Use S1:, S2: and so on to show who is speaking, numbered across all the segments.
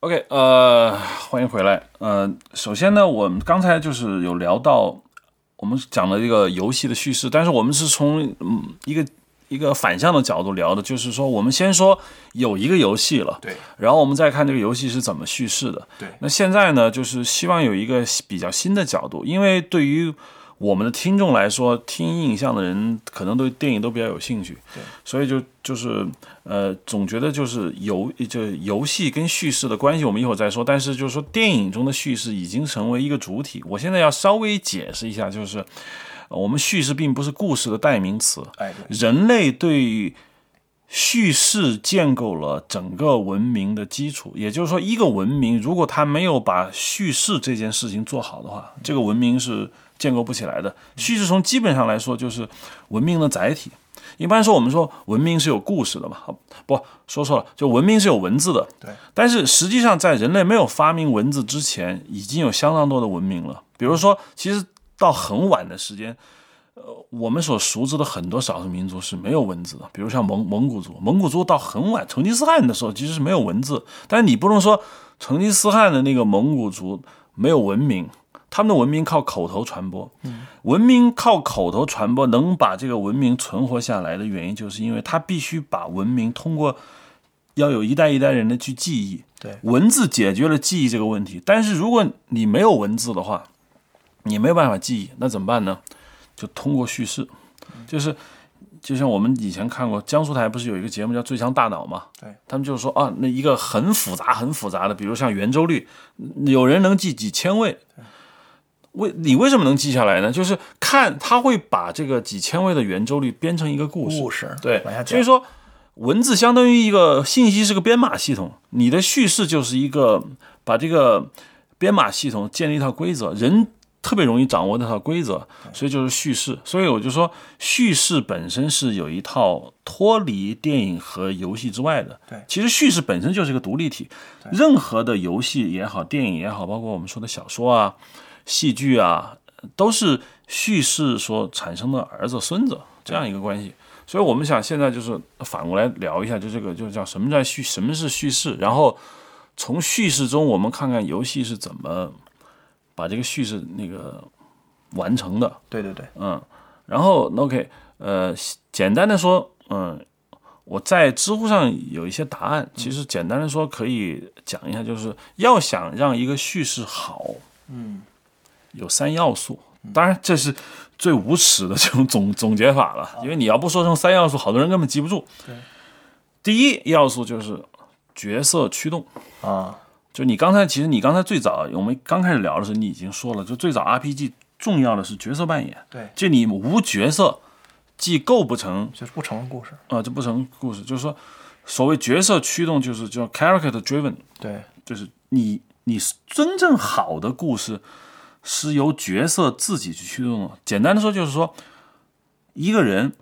S1: OK，呃，欢迎回来。呃，首先呢，我们刚才就是有聊到，我们讲了一个游戏的叙事，但是我们是从嗯一个一个反向的角度聊的，就是说我们先说有一个游戏了，
S2: 对，
S1: 然后我们再看这个游戏是怎么叙事的。
S2: 对
S1: 那现在呢，就是希望有一个比较新的角度，因为对于我们的听众来说，听印象的人可能对电影都比较有兴趣，
S2: 对，
S1: 所以就就是呃，总觉得就是游就游戏跟叙事的关系，我们一会儿再说。但是就是说，电影中的叙事已经成为一个主体。我现在要稍微解释一下，就是呃我们叙事并不是故事的代名词，
S2: 哎，对，
S1: 人类对叙事建构了整个文明的基础，也就是说，一个文明如果它没有把叙事这件事情做好的话，这个文明是建构不起来的。叙事从基本上来说就是文明的载体。一般说，我们说文明是有故事的嘛，啊不说错了，就文明是有文字的。
S2: 对，
S1: 但是实际上，在人类没有发明文字之前，已经有相当多的文明了。比如说，其实到很晚的时间，我们所熟知的很多少数民族是没有文字的，比如像蒙蒙古族，蒙古族到很晚成吉思汗的时候其实是没有文字，但是你不能说成吉思汗的那个蒙古族没有文明，他们的文明靠口头传播，文明靠口头传播能把这个文明存活下来的原因，就是因为他必须把文明通过要有一代一代人的去记忆，
S2: 对
S1: 文字解决了记忆这个问题，但是如果你没有文字的话，你没有办法记忆，那怎么办呢？就通过叙事，就是就像我们以前看过江苏台不是有一个节目叫《最强大脑》嘛？
S2: 对，
S1: 他们就是说啊，那一个很复杂、很复杂的，比如像圆周率，有人能记几千位。为你为什么能记下来呢？就是看他会把这个几千位的圆周率编成一个故事，
S2: 故事，
S1: 对
S2: 往下，
S1: 所
S2: 讲
S1: 以，说文字相当于一个信息是个编码系统，你的叙事就是一个把这个编码系统建立一套规则，人特别容易掌握那套规则，所以就是叙事。所以我就说，叙事本身是有一套脱离电影和游戏之外的。
S2: 对
S1: 其实叙事本身就是一个独立体，任何的游戏也好，电影也好，包括我们说的小说啊、戏剧啊，都是叙事所产生的儿子、孙子这样一个关系。所以我们想现在就是反过来聊一下，就这个就是叫什么叫叙，什么是叙事，然后从叙事中我们看看游戏是怎么把这个叙事那个完成的。
S2: 对对对，
S1: 嗯，然后那 OK，呃，简单的说，嗯，我在知乎上有一些答案，其
S2: 嗯
S1: 实简单的说可以讲一下，就是要想让一个叙事好，
S2: 嗯，
S1: 有三要素，当然这是最无耻的这种总总结法了，因为你要不说成三要素，好多人根本记不住。
S2: 啊对，
S1: 第一要素就是角色驱动，
S2: 啊，
S1: 就你刚才，其实你刚才最早我们刚开始聊的时候，你已经说了，就最早 RPG 重要的是角色扮演，
S2: 对
S1: 就你无角色，既构不成
S2: 就是不成故事，
S1: 啊、呃就不成故事。就是说，所谓角色驱动，就是叫 character driven，
S2: 对
S1: 就是你你真正好的故事是由角色自己去驱动的。简单的说，就是说一个人、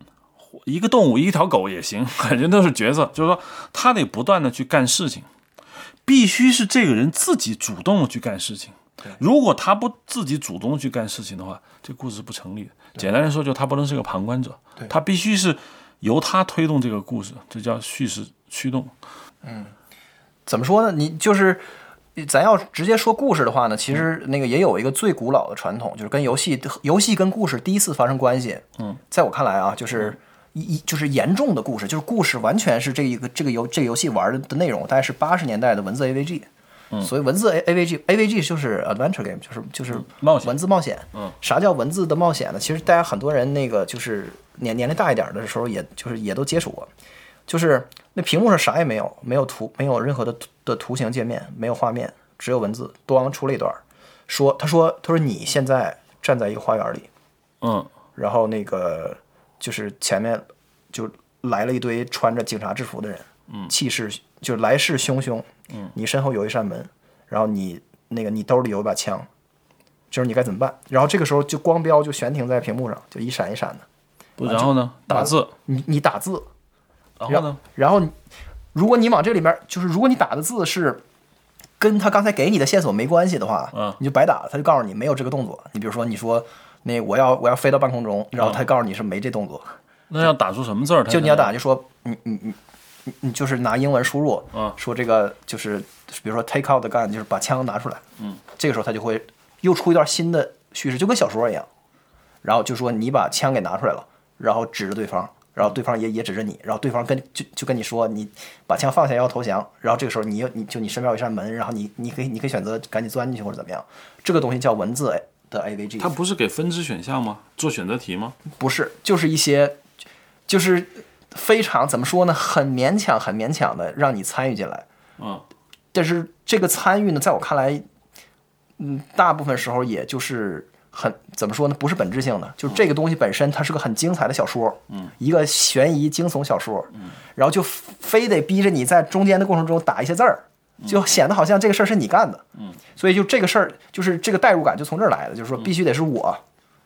S1: 一个动物、一条狗也行， 反正都是角色，就是说他得不断的去干事情，必须是这个人自己主动的去干事情。如果他不自己主动去干事情的话，这故事是不成立的。简单的说，就是他不能是个旁观者，他必须是由他推动这个故事，这叫叙事驱动。
S2: 怎么说呢？你就是。咱要直接说故事的话呢，其实那个也有一个最古老的传统，就是跟游戏、游戏跟故事第一次发生关系。嗯，在我看来啊，就是一一就是严重的故事，就是故事完全是这一个这个游这个游戏玩的的内容，大概是八十年代的文字 AVG。嗯，所以文字 A A V G A V G 就是 adventure game，就是就是
S1: 冒险
S2: 文字嗯冒险。嗯，啥叫文字的冒险呢？其实大家很多人那个就是年年龄大一点的时候也，就是也都接触过。就是那屏幕上啥也没有，没有图，没有任何的图的图形界面，没有画面，只有文字。咣出了一段儿，说他说他说你现在站在一个花园里，
S1: 嗯，
S2: 然后那个就是前面就来了一堆穿着警察制服的人，嗯，气势就来势汹汹，嗯，你身后有一扇门，然后你那个你兜里有一把枪，就是你该怎么办？然后这个时候就光标就悬停在屏幕上，就一闪一闪的，
S1: 不，然后呢？打字，
S2: 你你打字，
S1: 然后呢？
S2: 然后你，如果你往这里面，就是如果你打的字是跟他刚才给你的线索没关系的话，
S1: 嗯
S2: 你就白打了。他就告诉你没有这个动作。你比如说，你说那我要我要飞到
S1: 嗯
S2: 半空中，然后他告诉你是没这动作，
S1: 那要打出什么字儿？
S2: 就你要，打就说你你你你你就是拿英文输入，
S1: 嗯
S2: 说这个就是比如说 take out the gun，就是把枪拿出来，
S1: 嗯，
S2: 这个时候他就会又出一段新的叙事，就跟小说一样，然后就说你把枪给拿出来了，然后指着对方，然后对方也也指着你，然后对方跟就就跟你说你把枪放下要投降，然后这个时候你又你就你身边有一扇门，然后你你可以你可以选择赶紧钻进去或者怎么样，这个东西叫文字的 AVG，
S1: 它不是给分支选项吗？做选择题吗？
S2: 不是，就是一些，就是非常怎么说呢，很勉强、很勉强的让你参与进来。
S1: 嗯，
S2: 但是这个参与呢，在我看来，嗯，大部分时候也就是很怎么说呢，不是本质性的。就是这个东西本身，它是个很精彩的小说，嗯，一个悬疑惊悚小说，嗯，然后就非得逼着你在中间的过程中打一些字儿。就显得好像这个事儿是你干的，嗯，所以就这个事儿，就是这个代入感就从这儿来的，就是说必须得是我，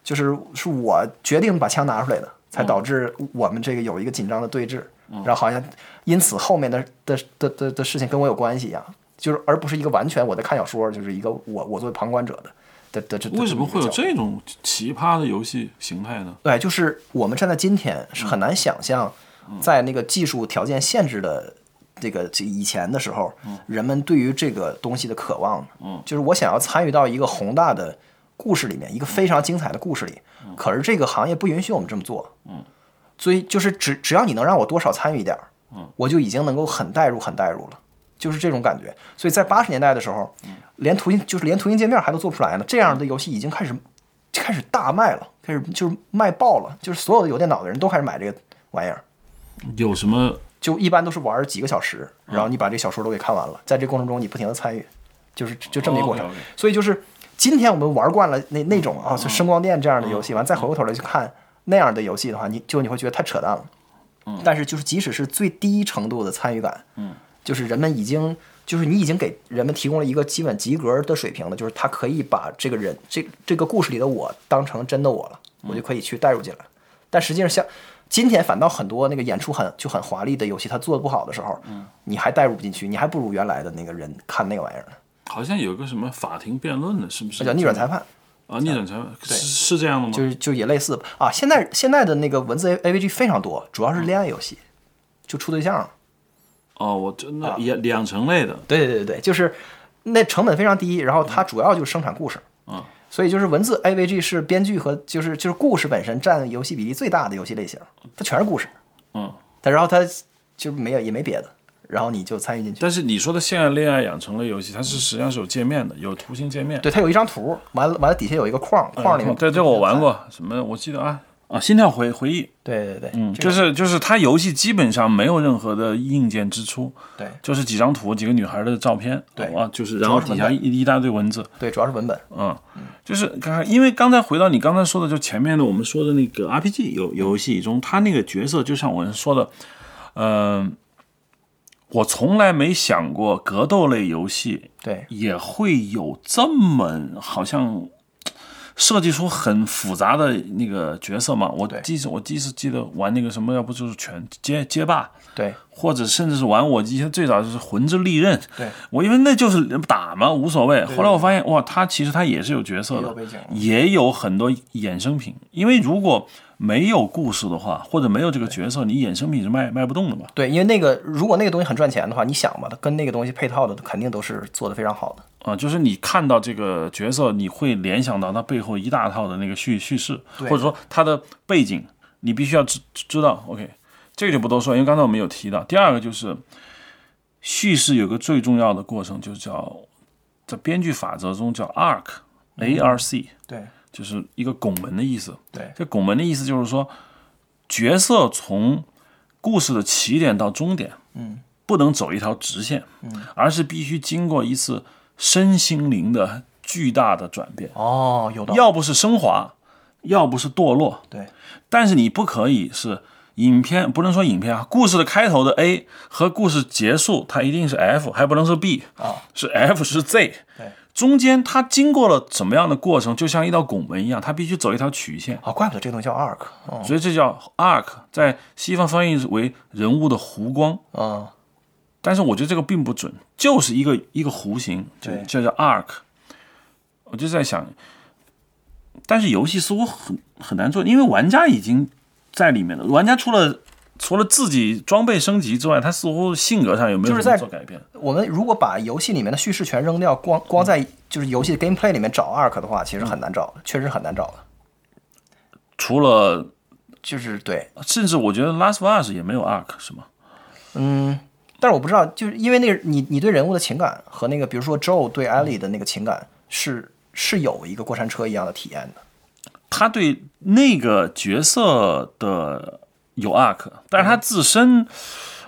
S2: 就是是我决定把枪拿出来的，才导致我们这个有一个紧张的对峙，然后好像因此后面的的的的的事情跟我有关系一样，就是而不是一个完全我在看小说，就是一个我我作为旁观者的的的这
S1: 为什么会有？
S2: 的角度
S1: 这种奇葩的游戏形态呢？
S2: 对，就是我们站在今天是很难想象，
S1: 嗯
S2: 在那个技术条件限制的。这个这以前的时候，人们对于这个东西的渴望，
S1: 嗯
S2: 就是我想要参与到一个宏大的故事里面，一个非常精彩的故事里。可是这个行业不允许我们这么做，
S1: 嗯，
S2: 所以就是只只要你能让我多少参与一点儿，
S1: 嗯，
S2: 我就已经能够很代入，很代入了，就是这种感觉。所以在八十年代的时候，连图形就是连图形界面还都做不出来呢，这样的游戏已经开始开始大卖了，开始就是卖爆了，就是所有的有电脑的人都开始买这个玩意儿。
S1: 有什么？
S2: 就一般都是玩儿几个小时，
S1: 嗯
S2: 然后你把这小说都给看完了，在这过程中你不停的参与，就是就这么一个过程。
S1: 哦，OK，OK 嗯
S2: 所以就是今天我们玩惯了那那种啊，就声光电这样的游戏，完再回过头来去看那样的游戏的话，你就你会觉得太扯淡了。但是就是即使是最低程度的参与感，
S1: 嗯，
S2: 就是人们已经就是你已经给人们提供了一个基本及格的水平了，就是他可以把这个人这这个故事里的我当成真的我了，我就可以去带入进来。但实际上像今天反倒很多那个演出很就很华丽的游戏，它做的不好的时候，嗯，你还带入不进去，你还不如原来的那个人看那个玩意儿呢，
S1: 好像有个什么法庭辩论的，是不是？
S2: 那叫逆转裁判。
S1: 啊，逆转裁判是是这样的吗？
S2: 就是就也类似吧啊。现在现在的那个文字 A V G 非常多，主要是恋爱游戏，就处对象了。
S1: 哦，我真
S2: 啊
S1: 的也两成类的，
S2: 对对对对对，就是那成本非常低，然后它主要就是生产故事。
S1: 嗯，
S2: 所以就是文字 A V G 是编剧和就是就是故事本身占游戏比例最大的游戏类型，它全是故事，
S1: 嗯。
S2: 但然后它就没有也没别的，然后你就参与进去。
S1: 但是你说的现在恋爱养成类游戏，它是实际上是有界面的，有图形界面。
S2: 对，它有一张图，完了完了底下有一个框，框里面、
S1: 嗯对，这我玩过，什么我记得啊啊，心跳回回忆，
S2: 对对对，
S1: 嗯，就是就是它游戏基本上没有任何的硬件支出，
S2: 对
S1: 就是几张图，几个女孩的照片，
S2: 对
S1: 啊，就是然后
S2: 主要是
S1: 底
S2: 文
S1: 下
S2: 本
S1: 一一大堆文字，
S2: 对，主要是文本。
S1: 嗯，就是刚才，因为刚才回到你刚才说的，就前面的我们说的那个 RPG 游游戏中，他那个角色，就像我说的，嗯、我从来没想过格斗类游戏
S2: 对
S1: 也会有这么好像设计出很复杂的那个角色嘛。我记我第一次记得玩那个什么，要不就是拳街街霸，
S2: 对
S1: 或者甚至是玩我以前最早就是魂之利刃，
S2: 对
S1: 我因为那就是打嘛，无所谓。后来我发现，哇，他其实他也是有角色
S2: 也
S1: 的
S2: 有背景，
S1: 也有很多衍生品。因为如果没有故事的话，或者没有这个角色，你衍生品是卖卖不动的嘛。
S2: 对，因为那个如果那个东西很赚钱的话，你想吧，它跟那个东西配套的肯定都是做的非常好的。
S1: 啊，就是你看到这个角色，你会联想到他背后一大套的那个叙叙事，或者说他的背景，你必须要知知道。OK，这个就不多说，因为刚才我们有提到。第二个就是叙事有个最重要的过程，就叫在编剧法则中叫 arc，A R C，、
S2: 对
S1: 就是一个拱门的意思。
S2: 对
S1: 这拱门的意思就是说，角色从故事的起点到终点，
S2: 嗯，
S1: 不能走一条直线，嗯，而是必须经过一次身心灵的巨大的转变，
S2: 哦，有道理。
S1: 要不是升华，要不是堕落，
S2: 对
S1: 但是你不可以是影片，不能说影片啊，故事的开头的 A 和故事结束，它一定是 F，还不能是 B
S2: 啊，
S1: 是 F 是 Z，
S2: 对，
S1: 中间它经过了怎么样的过程，就像一道拱门一样，它必须走一条曲线。
S2: 啊，怪不得这个东西叫 arc。嗯
S1: 所以这叫 arc，在西方翻译为人物的弧光，
S2: 嗯，
S1: 但是我觉得这个并不准，就是一个一个弧形，就
S2: 对
S1: 就叫 arc。我就在想，但是游戏似乎很很难做，因为玩家已经在里面了，玩家除了除了自己装备升级之外，他似乎性格上有没有
S2: 就是
S1: 什么
S2: 在
S1: 做改变？
S2: 我们如果把游戏里面的叙事全扔掉，光光在就是游戏 gameplay 里面找 arc 的话，其实很难找，确实很难找的。
S1: 除了
S2: 就是对，
S1: 甚至我觉得《Last of Us》也没有 arc 是吗？
S2: 但是我不知道，就是因为那个你你对人物的情感和那个比如说 Joe 对 Ellie 的那个情感是是有一个过山车一样的体验的。
S1: 他对那个角色的有 arc，但是他自
S2: 嗯
S1: 身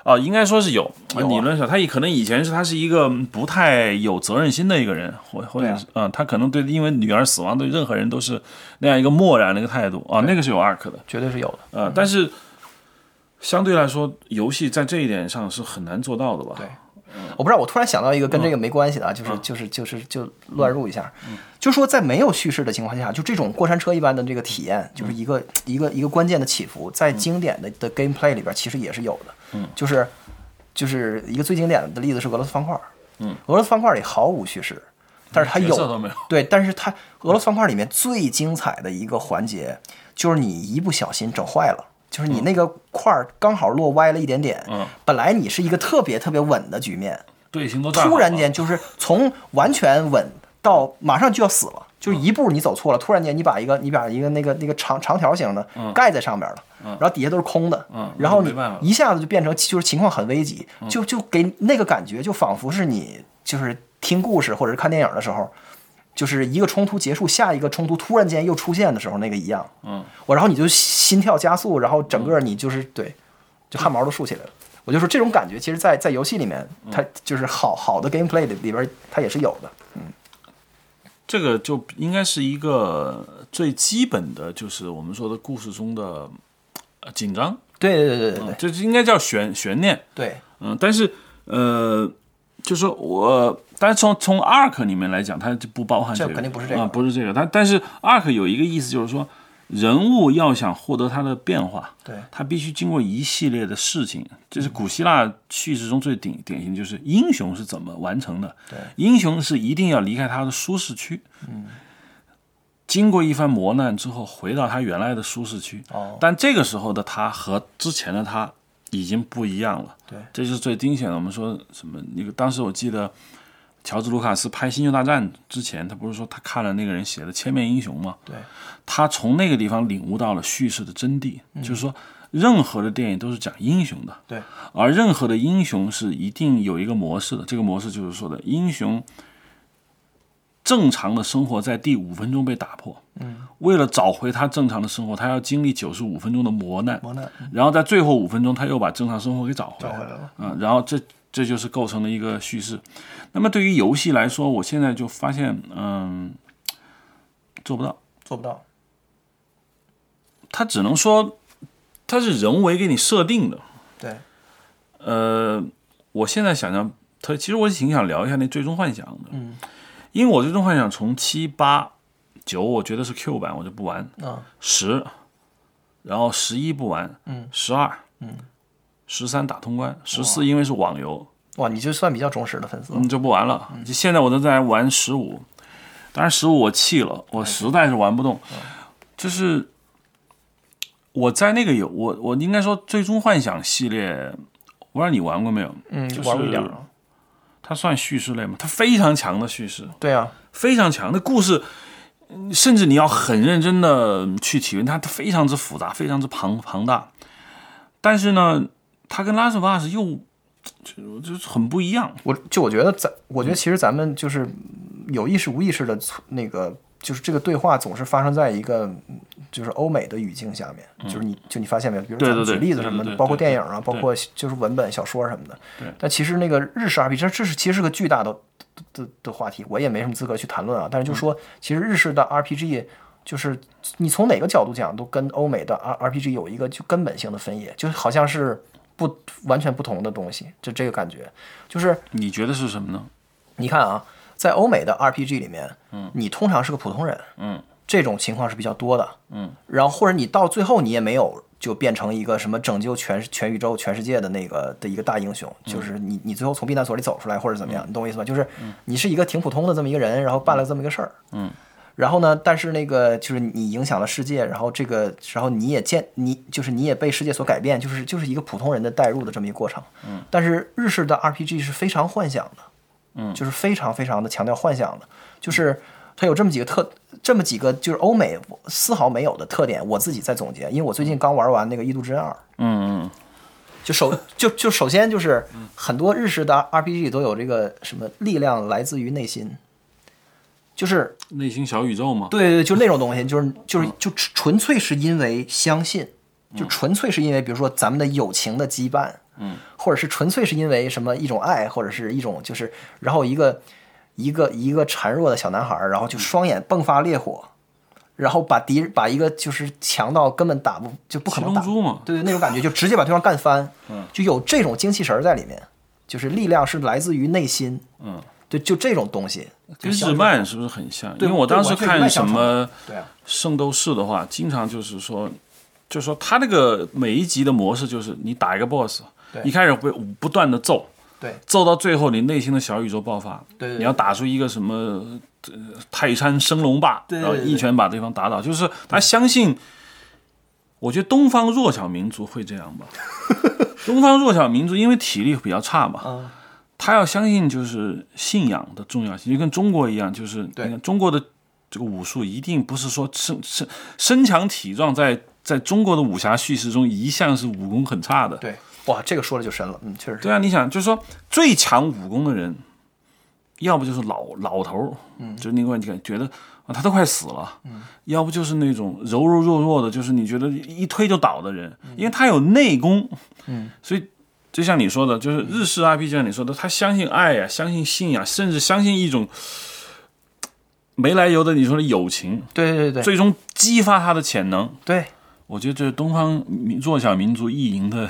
S1: 啊、应该说是有，
S2: 啊
S1: 理论上他也可能以前是他是一个不太有责任心的一个人，或或
S2: 啊
S1: 者是嗯、他可能对因为女儿死亡对任何人都是那样一个漠然的一个态度啊、那个是有 arc 的，
S2: 绝对是有的，
S1: 呃，但是相对来说，游戏在这一点上是很难做到的吧？
S2: 对我不知道，我突然想到一个跟
S1: 嗯
S2: 这个没关系的啊，就是就是就是就乱入一下，就说在没有叙事的情况下，就这种过山车一般的这个体验，就是
S1: 嗯
S2: 一个一个一个关键的起伏，在经典的的 gameplay 里边其实也是有的，
S1: 嗯
S2: 就是就是一个最经典的例子是俄罗斯方块，嗯，俄罗斯方块里毫无叙事，但是它
S1: 角
S2: 有
S1: 色都没有
S2: 对，但是它俄罗斯方块里面最精彩的一个环节，就是你一不小心整坏了。就是你那个块儿刚好落歪了一点点，
S1: 嗯
S2: 本来你是一个特别特别稳的局面，
S1: 队形都站好
S2: 突然
S1: 了
S2: 间就是从完全稳到马上就要死了，
S1: 嗯
S2: 就是一步你走错了，突然间你把一个你把一个那个那个长长条形的盖在上面了，然后底下都是空的
S1: 嗯，
S2: 然后
S1: 那就
S2: 你
S1: 没办法了
S2: 一下子就变成就是情况很危急，就就给那个感觉就仿佛是你就是听故事或者是看电影的时候。就是一个冲突结束，下一个冲突突然间又出现的时候，那个一样。
S1: 嗯，
S2: 我然后你就心跳加速，然后整个你就是对，就汗毛都竖起来了。我就说这种感觉，其实在，在游戏里面，它就是好好的 gameplay 里里边，它也是有的。
S1: 这个就应该是一个最基本的，就是我们说的故事中的呃紧张，
S2: 对对对对对
S1: 这应该叫悬悬念。
S2: 对
S1: 嗯，但是呃，就说我，但是从从 ARC 里面来讲，它就不包含
S2: 这
S1: 个，
S2: 肯定不是这个
S1: 啊、不是这个。但但是 ARC 有一个意思就是说，人物要想获得它的变化，
S2: 对
S1: 它必须经过一系列的事情。这
S2: 嗯
S1: 是古希腊叙事中最典典型，就是英雄是怎么完成的。
S2: 对，
S1: 英雄是一定要离开他的舒适区。嗯。经过一番磨难之后，回到他原来的舒适区。
S2: 哦
S1: 但这个时候的他和之前的他已经不一样了。
S2: 对
S1: 这就是最惊险的。我们说什么？那个当时我记得，乔治·卢卡斯拍《星球大战》之前，他不是说他看了那个人写的《千面英雄》吗？
S2: 对
S1: 他从那个地方领悟到了叙事的真谛，就是说，任何的电影都是讲英雄的，
S2: 对
S1: 而任何的英雄是一定有一个模式的。这个模式就是说的英雄。正常的生活在第五分钟被打破。嗯，为了找回他正常的生活，他要经历九十五分钟的磨难。
S2: 磨难
S1: 然后在最后五分钟，他又把正常生活给找回来
S2: 找回来了。
S1: 嗯，然后这这就是构成了一个叙事。那么对于游戏来说，我现在就发现，嗯，做不到，
S2: 做不到。
S1: 它只能说它是人为给你设定的。
S2: 对
S1: 呃，我现在想想，它其实我挺想聊一下那《最终幻想》的，嗯，因为我《最终幻想》从七八九，我觉得是 Q 版，我就不玩，
S2: 嗯，
S1: 十，然后十一不玩，嗯，十二，嗯，十三打通关，十四因为是网游，
S2: 哇，你就算比较忠实的粉丝了。
S1: 嗯，就不玩了。就现在我都在玩十五，当然十五我弃了，我实在是玩不动。就是我在那个有我我应该说《最终幻想》系列，我不知道你玩过没有？
S2: 嗯
S1: 就是
S2: 玩过一点儿
S1: 它算叙事类吗？它非常强的叙事，
S2: 对啊，
S1: 非常强的故事，嗯甚至你要很认真的去体验它，它非常之复杂，非常之庞庞大。但是呢，它跟《拉斯巴斯》又就就是很不一样。
S2: 我就我觉得咱，我觉得其实咱们就是有意识无意识的那个，就是这个对话总是发生在一个嗯就是欧美的语境下面，就是你就你发现没有，比
S1: 嗯
S2: 如
S1: 对
S2: 咱们
S1: 对
S2: 举
S1: 对
S2: 例子
S1: 对
S2: 什么
S1: 对
S2: 的，
S1: 对
S2: 包括
S1: 对
S2: 电影啊，包括就是文本、小说什么的。
S1: 对
S2: 但其实那个日式 RPG，这这是其实是个巨大的的的话题，我也没什么资格去谈论啊。但
S1: 嗯
S2: 是就说，其实日式的 RPG。就是你从哪个角度讲，都跟欧美的 R RPG 有一个就根本性的分野，就好像是不完全不同的东西，就这个感觉。就是
S1: 你觉得是什么呢？
S2: 你看啊，在欧美的 RPG 里面，嗯，你通常是个普通人，嗯，这种情况是比较多的，嗯，然后或者你到最后你也没有就变成一个什么拯救全全宇宙全世界的那个的一个大英雄，就是你你最后从避难所里走出来或者怎么样，你懂我意思吧？就是你是一个挺普通的这么一个人，然后办了这么一个事儿，嗯，然后呢，但是那个就是你影响了世界，然后这个然后你也见你就是你也被世界所改变，就是就是一个普通人的代入的这么一个过程。嗯，但是日式的 RPG 是非常幻想的，嗯，就是非常非常的强调幻想的，就是它有这么几个特这么几个就是欧美丝毫没有的特点，我自己在总结，因为我最近刚玩完那个《异度之刃二》，
S1: 嗯嗯，
S2: 就首就就首先就是很多日式的 RPG 都有这个什么力量来自于内心，就是
S1: 内心小宇宙嘛，
S2: 对对对，就那种东西，就是
S1: 嗯
S2: 就是就纯粹是因为相信，就纯粹是因为比如说咱们的友情的羁绊，
S1: 嗯，
S2: 或者是纯粹是因为什么一种爱，或者是一种就是然后一个一个一个孱弱的小男孩儿，然后
S1: 嗯
S2: 就双眼迸发烈火。然后把敌把一个就是强到根本打不就不可
S1: 七
S2: 能
S1: 龙
S2: 打
S1: 珠嘛，嗯
S2: 对对，那种感觉就直接把对方 干翻，就有这种精气神儿在里面，就是力量是来自于内心，
S1: 嗯，
S2: 对，就这种东西，
S1: 跟日漫是不是很像？因
S2: 对
S1: 为我
S2: 对
S1: 当时
S2: 完全是卖
S1: 看什
S2: 相
S1: 么
S2: 对啊，
S1: 圣斗士的话，经常就是说，就是说他那个每一集的模式就是你打一个 boss，
S2: 对
S1: 一开始会不断的揍，
S2: 对
S1: 揍到最后你内心的小宇宙爆发，
S2: 对对
S1: 你要打出一个什么、呃、泰山升龙霸，
S2: 对对
S1: 然后
S2: 对
S1: 一拳把对方打倒，就是他相信。我觉得东方弱小民族会这 样吧，东方弱小民族因为体力比较差嘛，
S2: 嗯
S1: 他要相信就是信仰的重要性，就跟中国一样，就是你
S2: 对
S1: 看中国的这个武术一定不是说身身身强体壮在，在中国的武侠叙事中一向是武功很差的，
S2: 对，哇，这个说了就深了，嗯，确实是，
S1: 对啊，你想，就是说最强武功的人，要不就是老老头儿，嗯，就是那个你感觉得啊，他都快死了，嗯，要不就是那种柔柔弱弱的，就是你觉得一推就倒的人，
S2: 嗯
S1: 因为他有内功，嗯， 所以就像你说的，就是日式 RPG，就像你说的，他相信爱呀、相信信仰，甚至相信一种没来由的你说的友情，
S2: 对对对对
S1: 最终激发他的潜能。
S2: 对，
S1: 我觉得这是东方民弱小民族意淫的，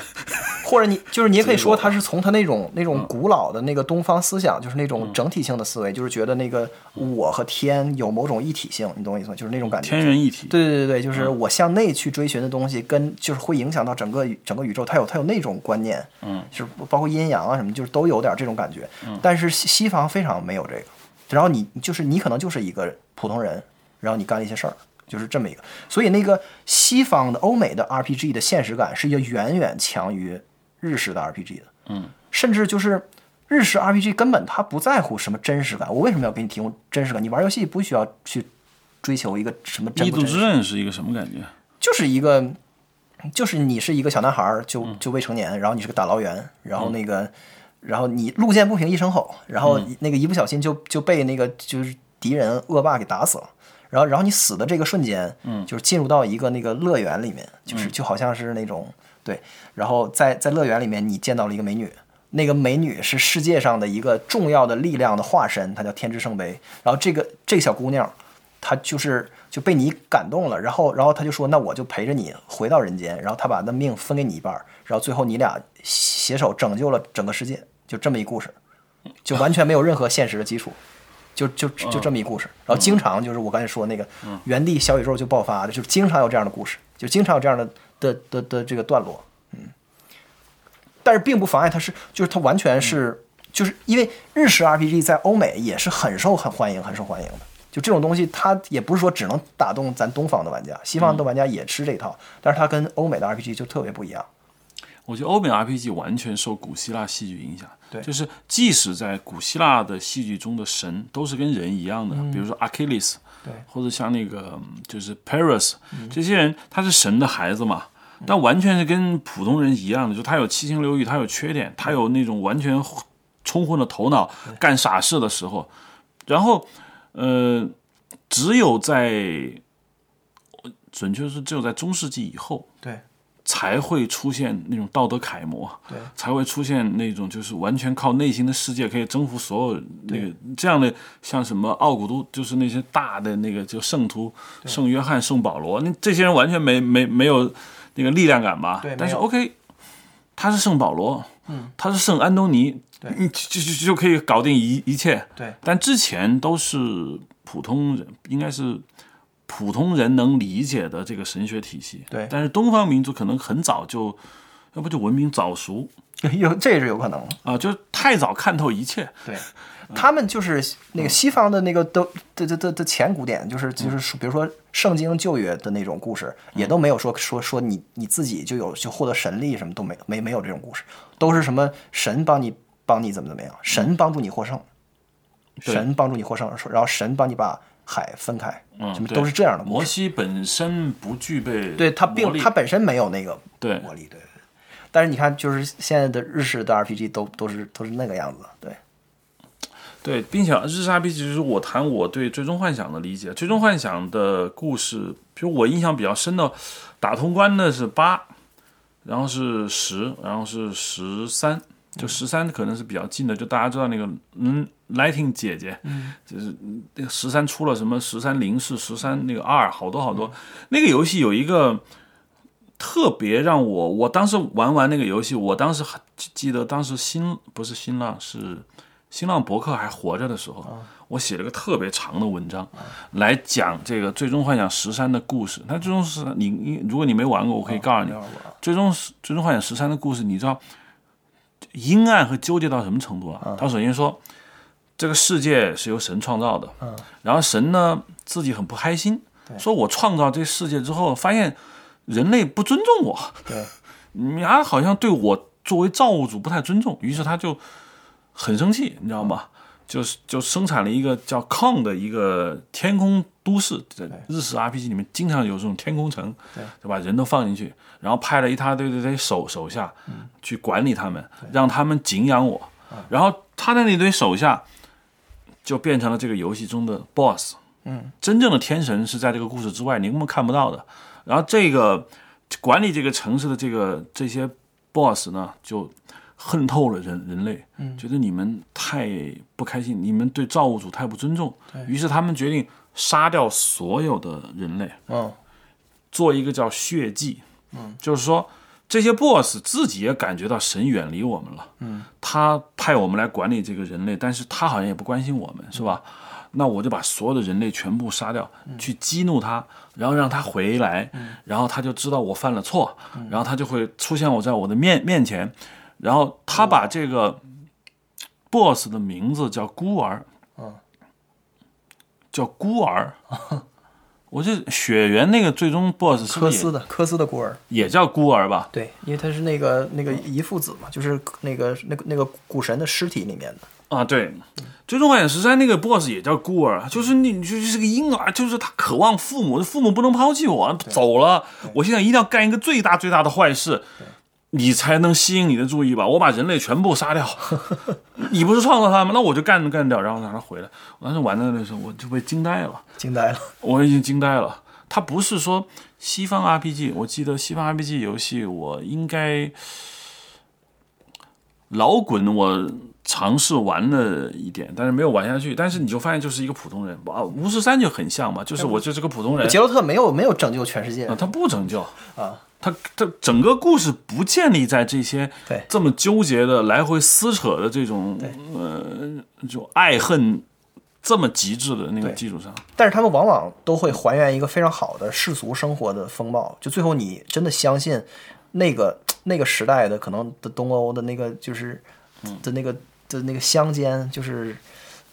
S2: 或者你就是你也可以说，他是从他那种那种古老的那个东方思想，就是那种整体性的思维，就是觉得那个我和天有某种一体性，你懂我意思吗？就是那种感觉，
S1: 天人一体。
S2: 对对对对，就是我向内去追寻的东西，跟就是会影响到整个宇整个宇宙，它有它有那种观念，嗯，就是包括阴阳啊什么，就是都有点这种感觉。但是西西方非常没有这个，然后你就是你可能就是一个普通人，然后你干了一些事儿，就是这么一个。所以那个西方的欧美的 RPG 的现实感是要远远强于日式的 RPG 的，嗯，甚至就是。日式 RPG 根本它不在乎什么真实感，我为什么要给你提供真实感？你玩游戏不需要去追求一个什么真
S1: 异
S2: 不
S1: 度
S2: 真实
S1: 之刃是一个什么感觉？
S2: 就是一个，就是你是一个小男孩儿，就就未成年，然后你是个打捞员，然后那个，然后你路见不平一声吼，然后那个一不小心就就被那个就是敌人恶霸给打死了。然后，然后你死的这个瞬间，嗯，就是进入到一个那个乐园里面，就是就好像是那种对，然后在在乐园里面你见到了一个美女，那个美女是世界上的一个重要的力量的化身，她叫天之圣杯。然后这个这个小姑娘，她就是就被你感动了，然后然后她就说，那我就陪着你回到人间，然后她把那命分给你一半儿，然后最后你俩携手拯救了整个世界，就这么一故事，就完全没有任何现实的基础。就就就这么一故事，然后经常就是我刚才说那个原地小宇宙就爆发的，就经常有这样的故事，就经常有这样的的的的这个段落，但是并不妨碍它是，就是它完全是，就是因为日式 RPG 在欧美也是很受很欢迎、很受欢迎的。就这种东西，它也不是说只能打动咱东方的玩家，西方的玩家也吃这一套，但是它跟欧美的 RPG 就特别不一样。
S1: 我觉得欧美 RPG 完全受古希腊戏剧影响，
S2: 对
S1: 就是即使在古希腊的戏剧中的神都是跟人一样的，比如说 Achilles，
S2: 嗯对嗯
S1: 或者像那个嗯就是 Paris，、这些人他是神的孩子嘛，但完全是跟普通人一样的，就他有七情六欲，他有缺点，他有那种完全冲昏了头脑干傻事的时候，然后呃，只有在准确是只有在中世纪以后，
S2: 对
S1: 才会出现那种道德楷模，
S2: 对
S1: 才会出现那种就是完全靠内心的世界可以征服所有那个这样的，像什么奥古都，就是那些大的那个就圣徒，圣约翰、圣保罗，那这些人完全没没没有那个力量感吧？
S2: 对没有
S1: 但是 OK，他是圣保罗，嗯，他是圣安东尼，你就就就就可以搞定一一切。
S2: 对
S1: 但之前都是普通人，应该是普通人能理解的这个神学体系。
S2: 对
S1: 但是东方民族可能很早就，要不就文明早熟
S2: 有这也是有可能的。
S1: 啊、就太早看透一切。
S2: 对， 嗯他们就是那个西方的那个的的的的的前古典，就是就是说比如说圣经旧约的那种故事，也都没有说说说你你自己就有就获得神力什么都没没没有这种故事，都是什么神帮你帮你怎么怎么样，神帮助你获胜，神帮助你获胜，然后神帮你把海分开，什么
S1: 对
S2: 都是这样的故事。
S1: 摩西本身不具备，
S2: 对它并它本身没有那个
S1: 对
S2: 魔力，对对对。但是你看，就是现在的日式的 RPG 都都是都是那个样子，对。
S1: 对，并且日式 RPG 就是我谈我对《最终幻想》的理解，《最终幻想》的故事，比如我印象比较深的，打通关的是八，然后是十，然后是十三，就十三可能是比较近的，就大家知道那个嗯，Lighting 姐姐，就是十三出了什么十三零式、十三那个二，好多好多。那个游戏有一个特别让我，我当时玩完那个游戏，我当时还记记得当时新不是新浪是。新浪博客还活着的时
S2: 啊
S1: 候，我写了个特别长的文章，来讲这个《最终幻想十三》的故事。那《最终十三》，你你如果你没玩过，我可以告诉你，
S2: 啊没玩过
S1: 最终是《最终幻想十三》的故事，你知道阴暗和纠结到什么程度啊？他首先说，这个世界是由神创造的，
S2: 啊
S1: 然后神呢自己很不开心，说我创造这世界之后，发现人类不尊重我，
S2: 对，
S1: 你啊好像对我作为造物主不太尊重，于是他就很生气，你知道吗？就是就生产了一个叫 Con 的一个天空都市，这日式 RPG 里面经常有这种天空城，对吧？人都放进去，然后派了一大堆的这些手手下去管理他们，让他们敬仰我。然后他的那堆手下就变成了这个游戏中的 BOSS。嗯，真正的天神是在这个故事之外，你根本看不到的。然后这个管理这个城市的这个这些 BOSS 呢，就恨透了人人类，觉得你们太不开心，你们对造物主太不尊重，于是他们决定杀掉所有的人类。
S2: 嗯，
S1: 做一个叫血祭，嗯，就是说这些 boss 自己也感觉到神远离我们了，嗯，他派我们来管理这个人类，但是他好像也不关心我们，是吧？那我就把所有的人类全部杀掉，去激怒他，然后让他回来，然后他就知道我犯了错，然后他就会出现我在我的面面前，然后他把这个 boss 的名字叫孤儿，叫孤儿。我这雪原那个最终 BOSS 是不
S2: 科
S1: 是也
S2: 斯的科斯的孤儿，
S1: 也叫孤儿吧？
S2: 对，因为他是那个那个遗父子嘛，就是那个那个那个古神的尸体里面的。
S1: 啊，对，最终幻想十三那个 BOSS 也叫孤儿，就是你就是个婴儿，就是他渴望父母，父母不能抛弃我，走了，我现在一定要干一个最大最大的坏事，你才能吸引你的注意吧？我把人类全部杀掉，你不是创造他们，那我就干干掉，然后让他回来。我当时玩的那时候，我就被惊呆了。
S2: 惊呆了，
S1: 我已经惊呆了。它不是说西方 RPG，我记得西方 RPG 游戏，我应该老滚我尝试玩了一点，但是没有玩下去。但是你就发现就是一个普通人，啊，巫师三就很像嘛，就是我就是个普通人，
S2: 杰洛特没有没有拯救全世界
S1: 啊，，他不拯救
S2: 啊，
S1: 他他整个故事不建立在这些
S2: 对
S1: 这么纠结的来回撕扯的这种呃就爱恨这么极致的那个基础上。
S2: 但是他们往往都会还原一个非常好的世俗生活的风貌，就最后你真的相信那个那个时代的可能的东欧的那个就是的那个的那个乡间就是。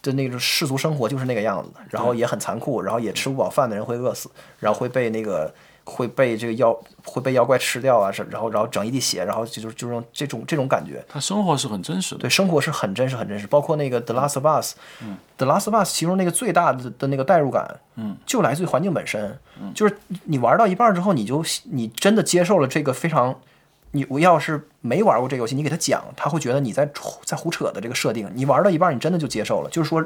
S2: 的那种世俗生活就是那个样子的，然后也很残酷，然后也吃不饱饭的人会饿死，然后会被那个会被这个妖会被妖怪吃掉啊，是然后然后整一地血，然后就就是就是这种这种感觉，
S1: 他生活是很真实的，
S2: 对，生活是很真实、很真实。包括那个《The Last of Us》，The Last of Us》其中那个最大的的那个代入感，嗯，就来自于环境本身。就是你玩到一半之后，你就你真的接受了这个非常，你我要是没玩过这个游戏，你给他讲，他会觉得你在胡在胡扯的这个设定。你玩到一半，你真的就接受了，就是说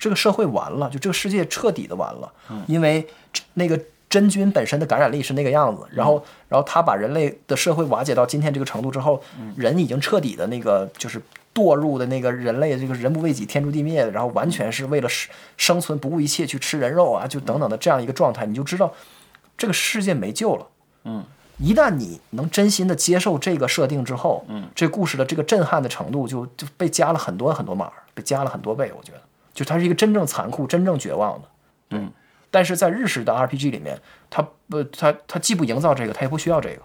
S2: 这个社会完了，就这个世界彻底的完了，因为这那个真菌本身的感染力是那个样子，然后，然后它把人类的社会瓦解到今天这个程度之后，人已经彻底的那个就是堕入的那个人类这个人不为己，天诛地灭，然后完全是为了生生存不顾一切去吃人肉啊，就等等的这样一个状态，你就知道这个世界没救了。一旦你能真心的接受这个设定之后，嗯，这故事的这个震撼的程度就就被加了很多很多码儿，被加了很多倍。我觉得，就它是一个真正残酷、真正绝望的。对，但是在日式的 RPG 里面，它不，它它既不营造这个，它也不需要这个。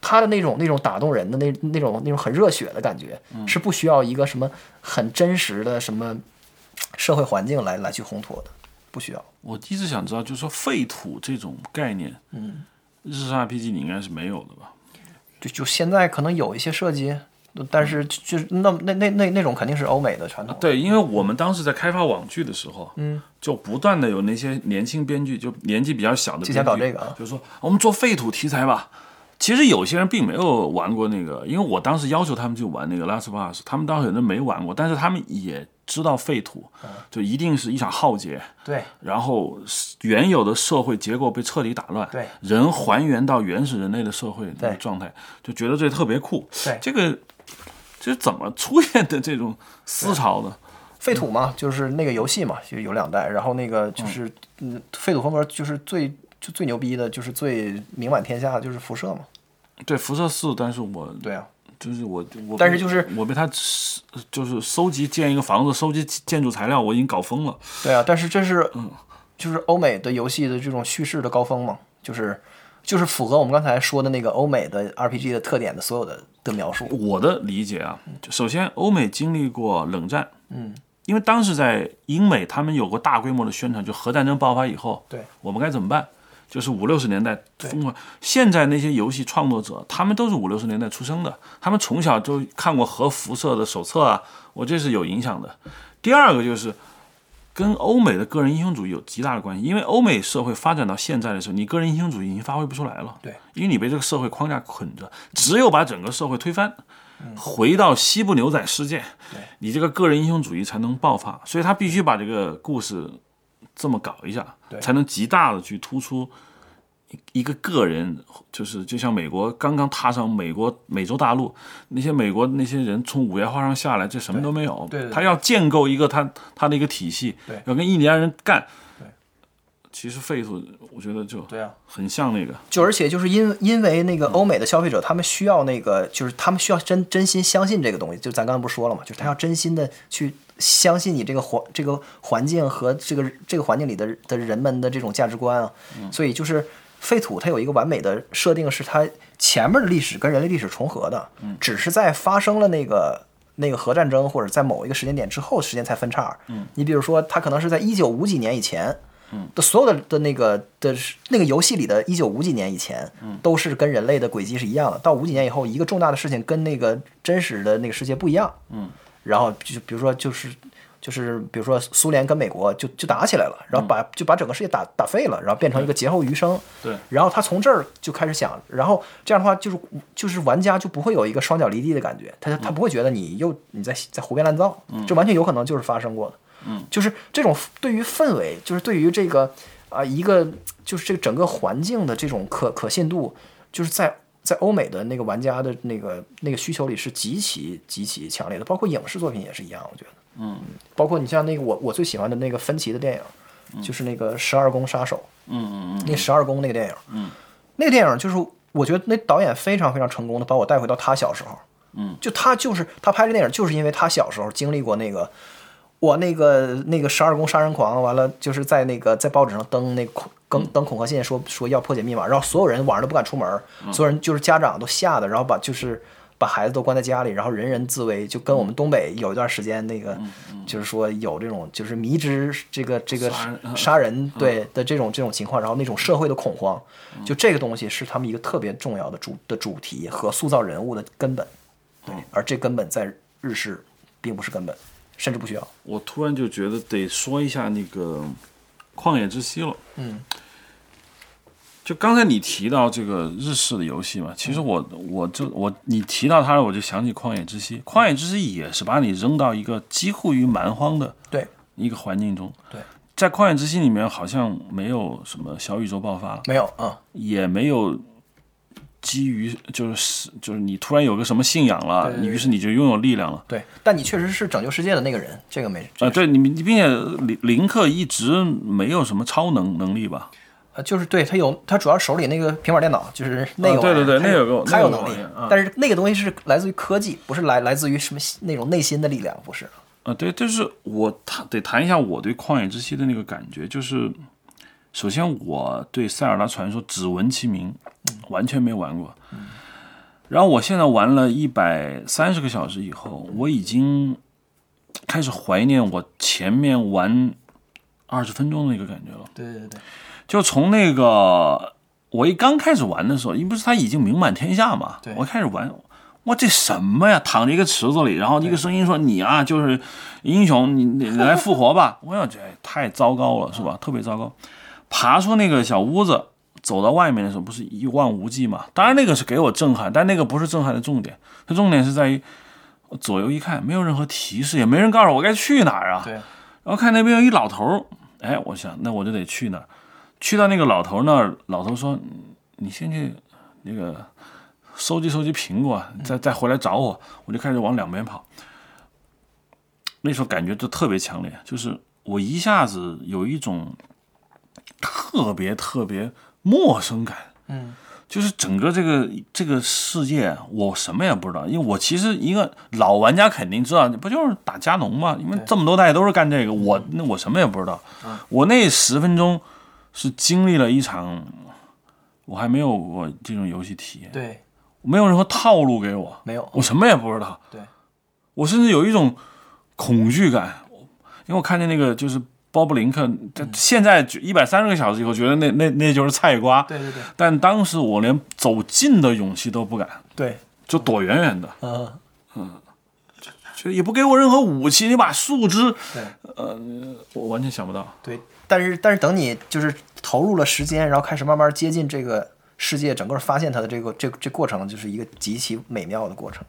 S2: 它的那种那种打动人的那那种那种很热血的感觉，是不需要一个什么很真实的什么社会环境来来去烘托的，不需要。
S1: 我一直想知道，就是说废土这种概念，嗯，日式 RPG 你应该是没有的吧？
S2: 就就现在可能有一些设计，但是就就那那那那那种肯定是欧美的传统。
S1: 对，因为我们当时在开发网剧的时候，嗯，就不断的有那些年轻编剧，就年纪比较小的编剧，
S2: 想搞这个啊
S1: 就说我们做废土题材吧。其实有些人并没有玩过那个，因为我当时要求他们去玩那个《Last Pass》，他们当时有人没玩过，但是他们也知道废土，
S2: 嗯
S1: 就一定是一场浩劫，
S2: 对
S1: 然后是原有的社会结构被彻底打乱，
S2: 对
S1: 人还原到原始人类的社会那个
S2: 对
S1: 状态，就觉得这特别酷。
S2: 对
S1: 这个这是怎么出现的这种思潮的？
S2: 废土嘛，就是那个游戏嘛，就有两代，然后那个就是嗯，废土风格就是最就最牛逼的，就是最名满天下的就是辐射嘛。
S1: 对辐射四，但是我
S2: 对啊，
S1: 就是我我被，
S2: 但是就是
S1: 我被他是就是收集建一个房子，收集建筑材料，我已经搞疯了。
S2: 对啊，但是这是就是欧美的游戏的这种叙事的高峰嘛，就是就是符合我们刚才说的那个欧美的 RPG 的特点的所有的的描述。
S1: 我的理解啊，就首先欧美经历过冷战，嗯，因为当时在英美他们有过大规模的宣传，就核战争爆发以后，
S2: 对
S1: 我们该怎么办？就是五六十年代疯狂，现在那些游戏创作者，他们都是五六十年代出生的，他们从小就看过核辐射的手册啊，我这是有影响的。第二个就是跟欧美的个人英雄主义有极大的关系，因为欧美社会发展到现在的时候，你个人英雄主义已经发挥不出来了，
S2: 对，
S1: 因为你被这个社会框架捆着，只有把整个社会推翻，回到西部牛仔世界，你这个个人英雄主义才能爆发，所以他必须把这个故事这么搞一下，才能极大的去突出一个个人，就是就像美国刚刚踏上美国美洲大陆，那些美国那些人从五月花上下来，这什么都没有，
S2: 对对对
S1: 他要建构一个他他的一个体系
S2: 对，
S1: 要跟印第安人干。其实废土，我觉得就
S2: 对啊，
S1: 很像那个，
S2: 就而且就是因因为那个欧美的消费者，他们需要那个，就是他们需要真真心相信这个东西。就咱刚才不是说了嘛，就是他要真心的去相信你这个环这个环境和这个这个环境里的的人们的这种价值观啊。所以就是废土，它有一个完美的设定，是它前面的历史跟人类历史重合的，只是在发生了那个。那个核战争，或者在某一个时间点之后，时间才分叉。嗯，你比如说，它可能是在一九五几年以前，的所有的的那个的是那个游戏里的一九五几年以前，都是跟人类的轨迹是一样的。到五几年以后，一个重大的事情跟那个真实的那个世界不一样，嗯，然后就比如说就是就是比如说苏联跟美国就就打起来了，然后把、就把整个世界打打废了，然后变成一个劫后余生，
S1: 对
S2: 然后他从这儿就开始想，然后这样的话就是就是玩家就不会有一个双脚离地的感觉，他他不会觉得你又你在在胡编乱造，这完全有可能就是发生过的。嗯，就是这种对于氛围，就是对于这个啊、一个就是这个整个环境的这种可可信度，就是在在欧美的那个玩家的那个那个需求里是极其极其强烈的，包括影视作品也是一样，我觉得。嗯，包括你像那个我我最喜欢的那个芬奇的电影，就是那个《十二宫杀手》。
S1: 嗯嗯嗯
S2: 那十二宫那个电影，嗯，那个电影就是我觉得那导演非常非常成功的把我带回到他小时候，嗯，就他就是他拍这电影就是因为他小时候经历过那个，我那个那个十二宫杀人狂，完了就是在那个在报纸上登那个恐
S1: 嗯
S2: 登登恐吓信说说要破解密码，然后所有人晚上都不敢出门，
S1: 嗯
S2: 所有人就是家长都吓得，然后把就是。把孩子都关在家里，然后人人自危，就跟我
S1: 嗯
S2: 们东北有一段时间那个，就是说有这种就是迷之这个这个
S1: 杀人嗯嗯
S2: 杀人对的这种这种情况，然后那种社会的恐慌，就这个东西是他们一个特别重要的主的主题和塑造人物的根本，对，而这根本在日式并不是根本，甚至不需要。
S1: 我突然就觉得得说一下那个《旷野之息》了。嗯，就刚才你提到这个日式的游戏嘛，其实我我就我你提到它了，我就想起《旷野之息》。《旷野之息》也是把你扔到一个几乎于蛮荒的
S2: 对，
S1: 一个环境中。
S2: 对，
S1: 在《旷野之息》里面好像没有什么小宇宙爆发，
S2: 没有啊、
S1: 也没有基于就是就是你突然有个什么信仰了，
S2: 对对对
S1: 于是你就拥有力量了。
S2: 对，但你确实是拯救世界的那个人，这个没，
S1: 啊，对你，你并且林林克一直没有什么超能能力吧？
S2: 呃，就是对他有，他主要手里那个平板电脑就是那个
S1: 啊
S2: 玩意
S1: 对
S2: 儿、
S1: 对对
S2: 他
S1: 那有个
S2: 他
S1: 那有
S2: 有
S1: 个
S2: 能力
S1: 玩意儿啊，
S2: 但是那个东西是来自于科技，不是来来自于什么那种内心的力量，不是。
S1: 啊，对，就是我谈得谈一下我对《旷野之息》的那个感觉，就是首先我对《塞尔达传说》只闻其名，完全没玩过。然后我现在玩了一百三十个小时以后，我已经开始怀念我前面玩二十分钟的一个感觉了。
S2: 对对对，
S1: 就从那个我一刚开始玩的时候，因为不是他已经名满天下嘛，
S2: 对
S1: 我一开始玩，哇，这什么呀？躺在一个池子里，然后一个声音说：“你啊，就是英雄，你你来复活吧。” 我想这太糟糕了，是吧？特别糟糕。爬出那个小屋子，走到外面的时候，不是一望无际嘛？当然那个是给我震撼，但那个不是震撼的重点，它重点是在于我左右一看，没有任何提示，也没人告诉我该去哪儿啊。
S2: 对
S1: 然后看那边有一老头儿，哎，我想那我就得去那儿。去到那个老头儿那儿，老头说：“嗯你先去那个收集收集苹果，啊再再回来找我。”我就开始往两边跑。那时候感觉就特别强烈，就是我一下子有一种特别特别陌生感。
S2: 嗯，
S1: 就是整个这个这个世界，我什么也不知道，因为我其实一个老玩家肯定知道，不就是打加农嘛？因为这么多代都是干这个，我
S2: 嗯
S1: 那我什么也不知道。我那十分钟是经历了一场我还没有过这种游戏体验，
S2: 对，
S1: 没有任何套路给我，
S2: 没有，
S1: 我什么也不知道。
S2: 对，
S1: 我甚至有一种恐惧感，因为我看见那个就是鲍勃林肯，
S2: 嗯
S1: 他现在一百三十个小时以后，觉得那那那就是菜瓜。
S2: 对对对
S1: 但当时我连走近的勇气都不敢，
S2: 对，
S1: 就躲远远的，
S2: 嗯，
S1: 就也不给我任何武器，你把树枝，呃
S2: 对
S1: 我完全想不到。
S2: 对，但是但是等你就是投入了时间，然后开始慢慢接近这个世界，整个发现它的这个这这过程，就是一个极其美妙的过程。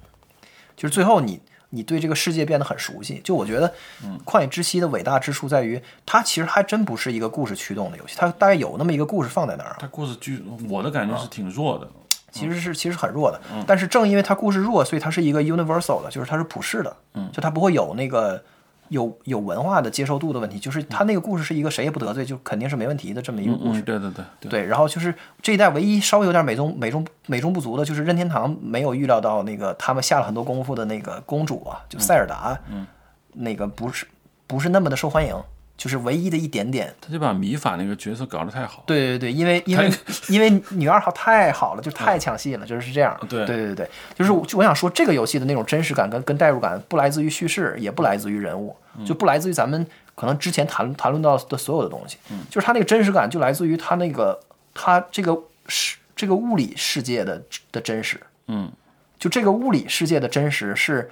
S2: 就是最后你你对这个世界变得很熟悉。就我觉得，
S1: 嗯
S2: 《旷野之息》的伟大之处在于，它其实还真不是一个故事驱动的游戏，它大概有那么一个故事放在那儿啊，
S1: 他故事剧，啊我的感觉是挺弱的。
S2: 其实是其实很弱的。
S1: 嗯
S2: 但是正因为它故事弱，所以它是一个 universal 的，就是它是普世的，
S1: 嗯
S2: 就它不会有那个。有有文化的接受度的问题，就是它那个故事是一个谁也不得罪，就肯定是没问题的这么一个故事。
S1: 嗯，对对对对，
S2: 对，然后就是这一代唯一稍微有点美中美中美中不足的，就是任天堂没有预料到那个他们下了很多功夫的那个公主啊，就塞尔达，嗯，那个不是不是那么的受欢迎，就是唯一的一点点。
S1: 他就把米法那个角色搞得太好。
S2: 对对 对，因为因为因为女二号太好了，就太抢戏了，就是这样。
S1: 嗯对
S2: 对对对，就是我就我想说，这个游戏的那种真实感跟跟代入感，不来自于叙事，也不来自于人物，
S1: 嗯
S2: 就不来自于咱们可能之前谈谈论到的所有的东西。
S1: 嗯
S2: 就是它那个真实感，就来自于它那个它这个世这个物理世界的的真实。
S1: 嗯，
S2: 就这个物理世界的真实是，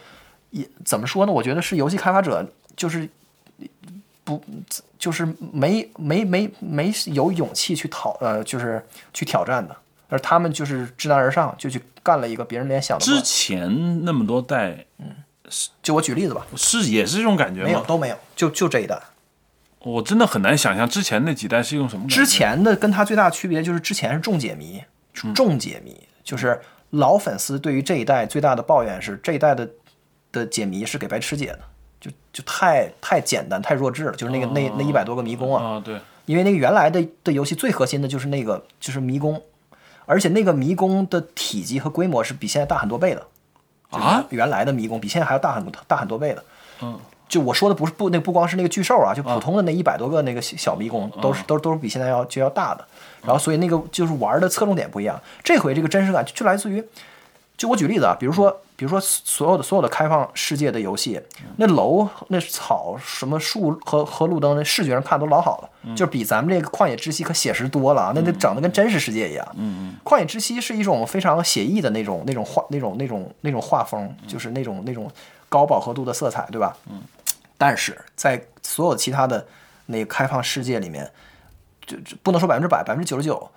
S2: 也怎么说呢？我觉得是游戏开发者就是不就是没没没没有勇气去讨呃，就是去挑战的，而他们就是知难而上，就去干了一个别人联想的过
S1: 之
S2: 程。
S1: 前那么多代
S2: 就我举例子吧，
S1: 是也是这种感觉
S2: 没有
S1: 吗？
S2: 都没有，就就这一代。
S1: 我真的很难想象之前那几代是用什么感觉。
S2: 之前的跟它最大的区别就是之前是重解谜，重解谜就是老粉丝对于这一代最大的抱怨是这一代的的解谜是给白痴解的，就就太太简单太弱智了，就是那个那那一百多个迷宫啊，
S1: 啊，对，
S2: 因为那个原来的的游戏最核心的就是那个就是迷宫，而且那个迷宫的体积和规模是比现在大很多倍的
S1: 啊，
S2: 原来的迷宫比现在还要大很大很多倍的。
S1: 嗯，
S2: 就我说的不是不那不光是那个巨兽啊，就普通的那一百多个那个小小迷
S1: 嗯
S2: 宫都是都都是比现在要就要大的。然后所以那个就是玩的侧重点不一样，这回这个真实感就就来自于，就我举例子啊，比如说比如说所有的所有的开放世界的游戏，那楼那草什么树和和路灯，那视觉上看都老好了，就比咱们这个旷野之息可写实多了啊，那那长得跟真实世界一样。旷野之息是一种非常写意的那种、那种画、那种、那种、那种画风，就是那种那种高饱和度的色彩，对吧？嗯。但是在所有其他的那个开放世界里面，就就不能说百分之百，百分之九十九，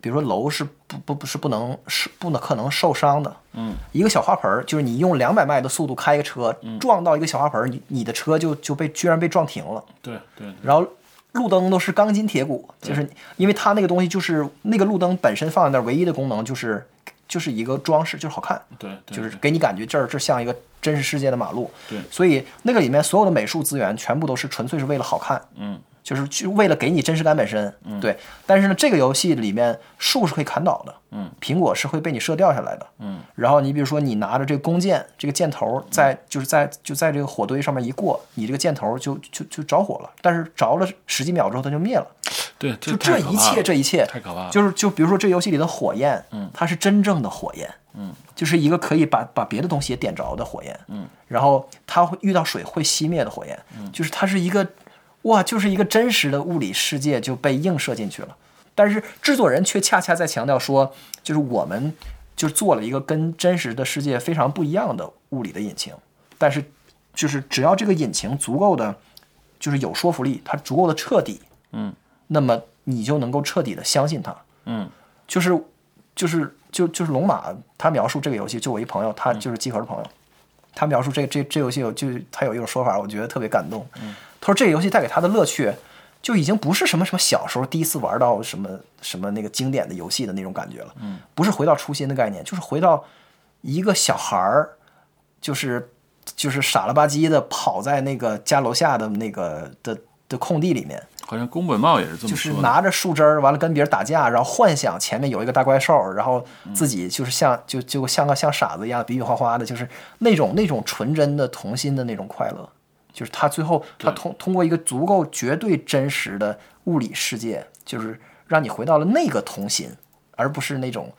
S2: 比如说楼是不不不是不能是不能可能受伤的。嗯。一个小花盆儿，就是你用两百迈的速度开一个车，撞到一个小花盆儿，你你的车就就被居然被撞停了。
S1: 对对对
S2: 然后路灯都是钢筋铁骨，就是因为它那个东西就是那个路灯本身放在那儿，唯一的功能就是就是一个装饰，就是好看，
S1: 对，对
S2: 就是给你感觉这儿这像一个真实世界的马路。
S1: 对
S2: 所以那个里面所有的美术资源全部都是纯粹是为了好看。
S1: 嗯，
S2: 就是就为了给你真实感本身，对。但是呢，这个游戏里面树是可以砍倒的，嗯，苹果是会被你射掉下来的，嗯。然后你比如说你拿着这个弓箭，这个箭
S1: 嗯
S2: 头在就是在就在这个火堆上面一过，你这个箭头就就就着火了，但是着了十几秒之后它就灭了，
S1: 对，
S2: 就
S1: 太
S2: 这
S1: 可
S2: 一
S1: 怕
S2: 切
S1: 了
S2: 这一切
S1: 太可怕了。
S2: 就是就比如说这游戏里的火焰，嗯，它是真正的火焰，嗯。嗯，就是一个可以把把别的东西也点着的火焰，嗯，然后它会遇到水会熄灭的火焰，嗯，就是它是一个，哇，就是一个真实的物理世界就被映射进去了。但是制作人却恰恰在强调说，就是我们就做了一个跟真实的世界非常不一样的物理的引擎，但是就是只要这个引擎足够的，就是有说服力，它足够的彻底，
S1: 嗯，
S2: 那么你就能够彻底的相信它，
S1: 嗯，
S2: 就是就是就就是龙马他描述这个游戏，就我一朋友，他就是集合的朋友，他描述这这这游戏有就他有一种说法，我觉得特别感动，他说这个游戏带给他的乐趣。就已经不是什么什么小时候第一次玩到什么什么那个经典的游戏的那种感觉了，嗯，不是回到初心的概念，就是回到一个小孩儿，就是就是傻了吧唧的跑在那个家楼下的那个的的空地里面，
S1: 好像宫本茂也是这么
S2: 就是
S1: 说的。
S2: 拿着树枝儿，完了跟别人打架，然后幻想前面有一个大怪兽，然后自己就是像就就像个像傻子一样比比划划的，就是那种那种纯真的童心的那种快乐，就是他最后他通通过一个足够绝对真实的物理世界，就是让你回到了那个童心，而不是那种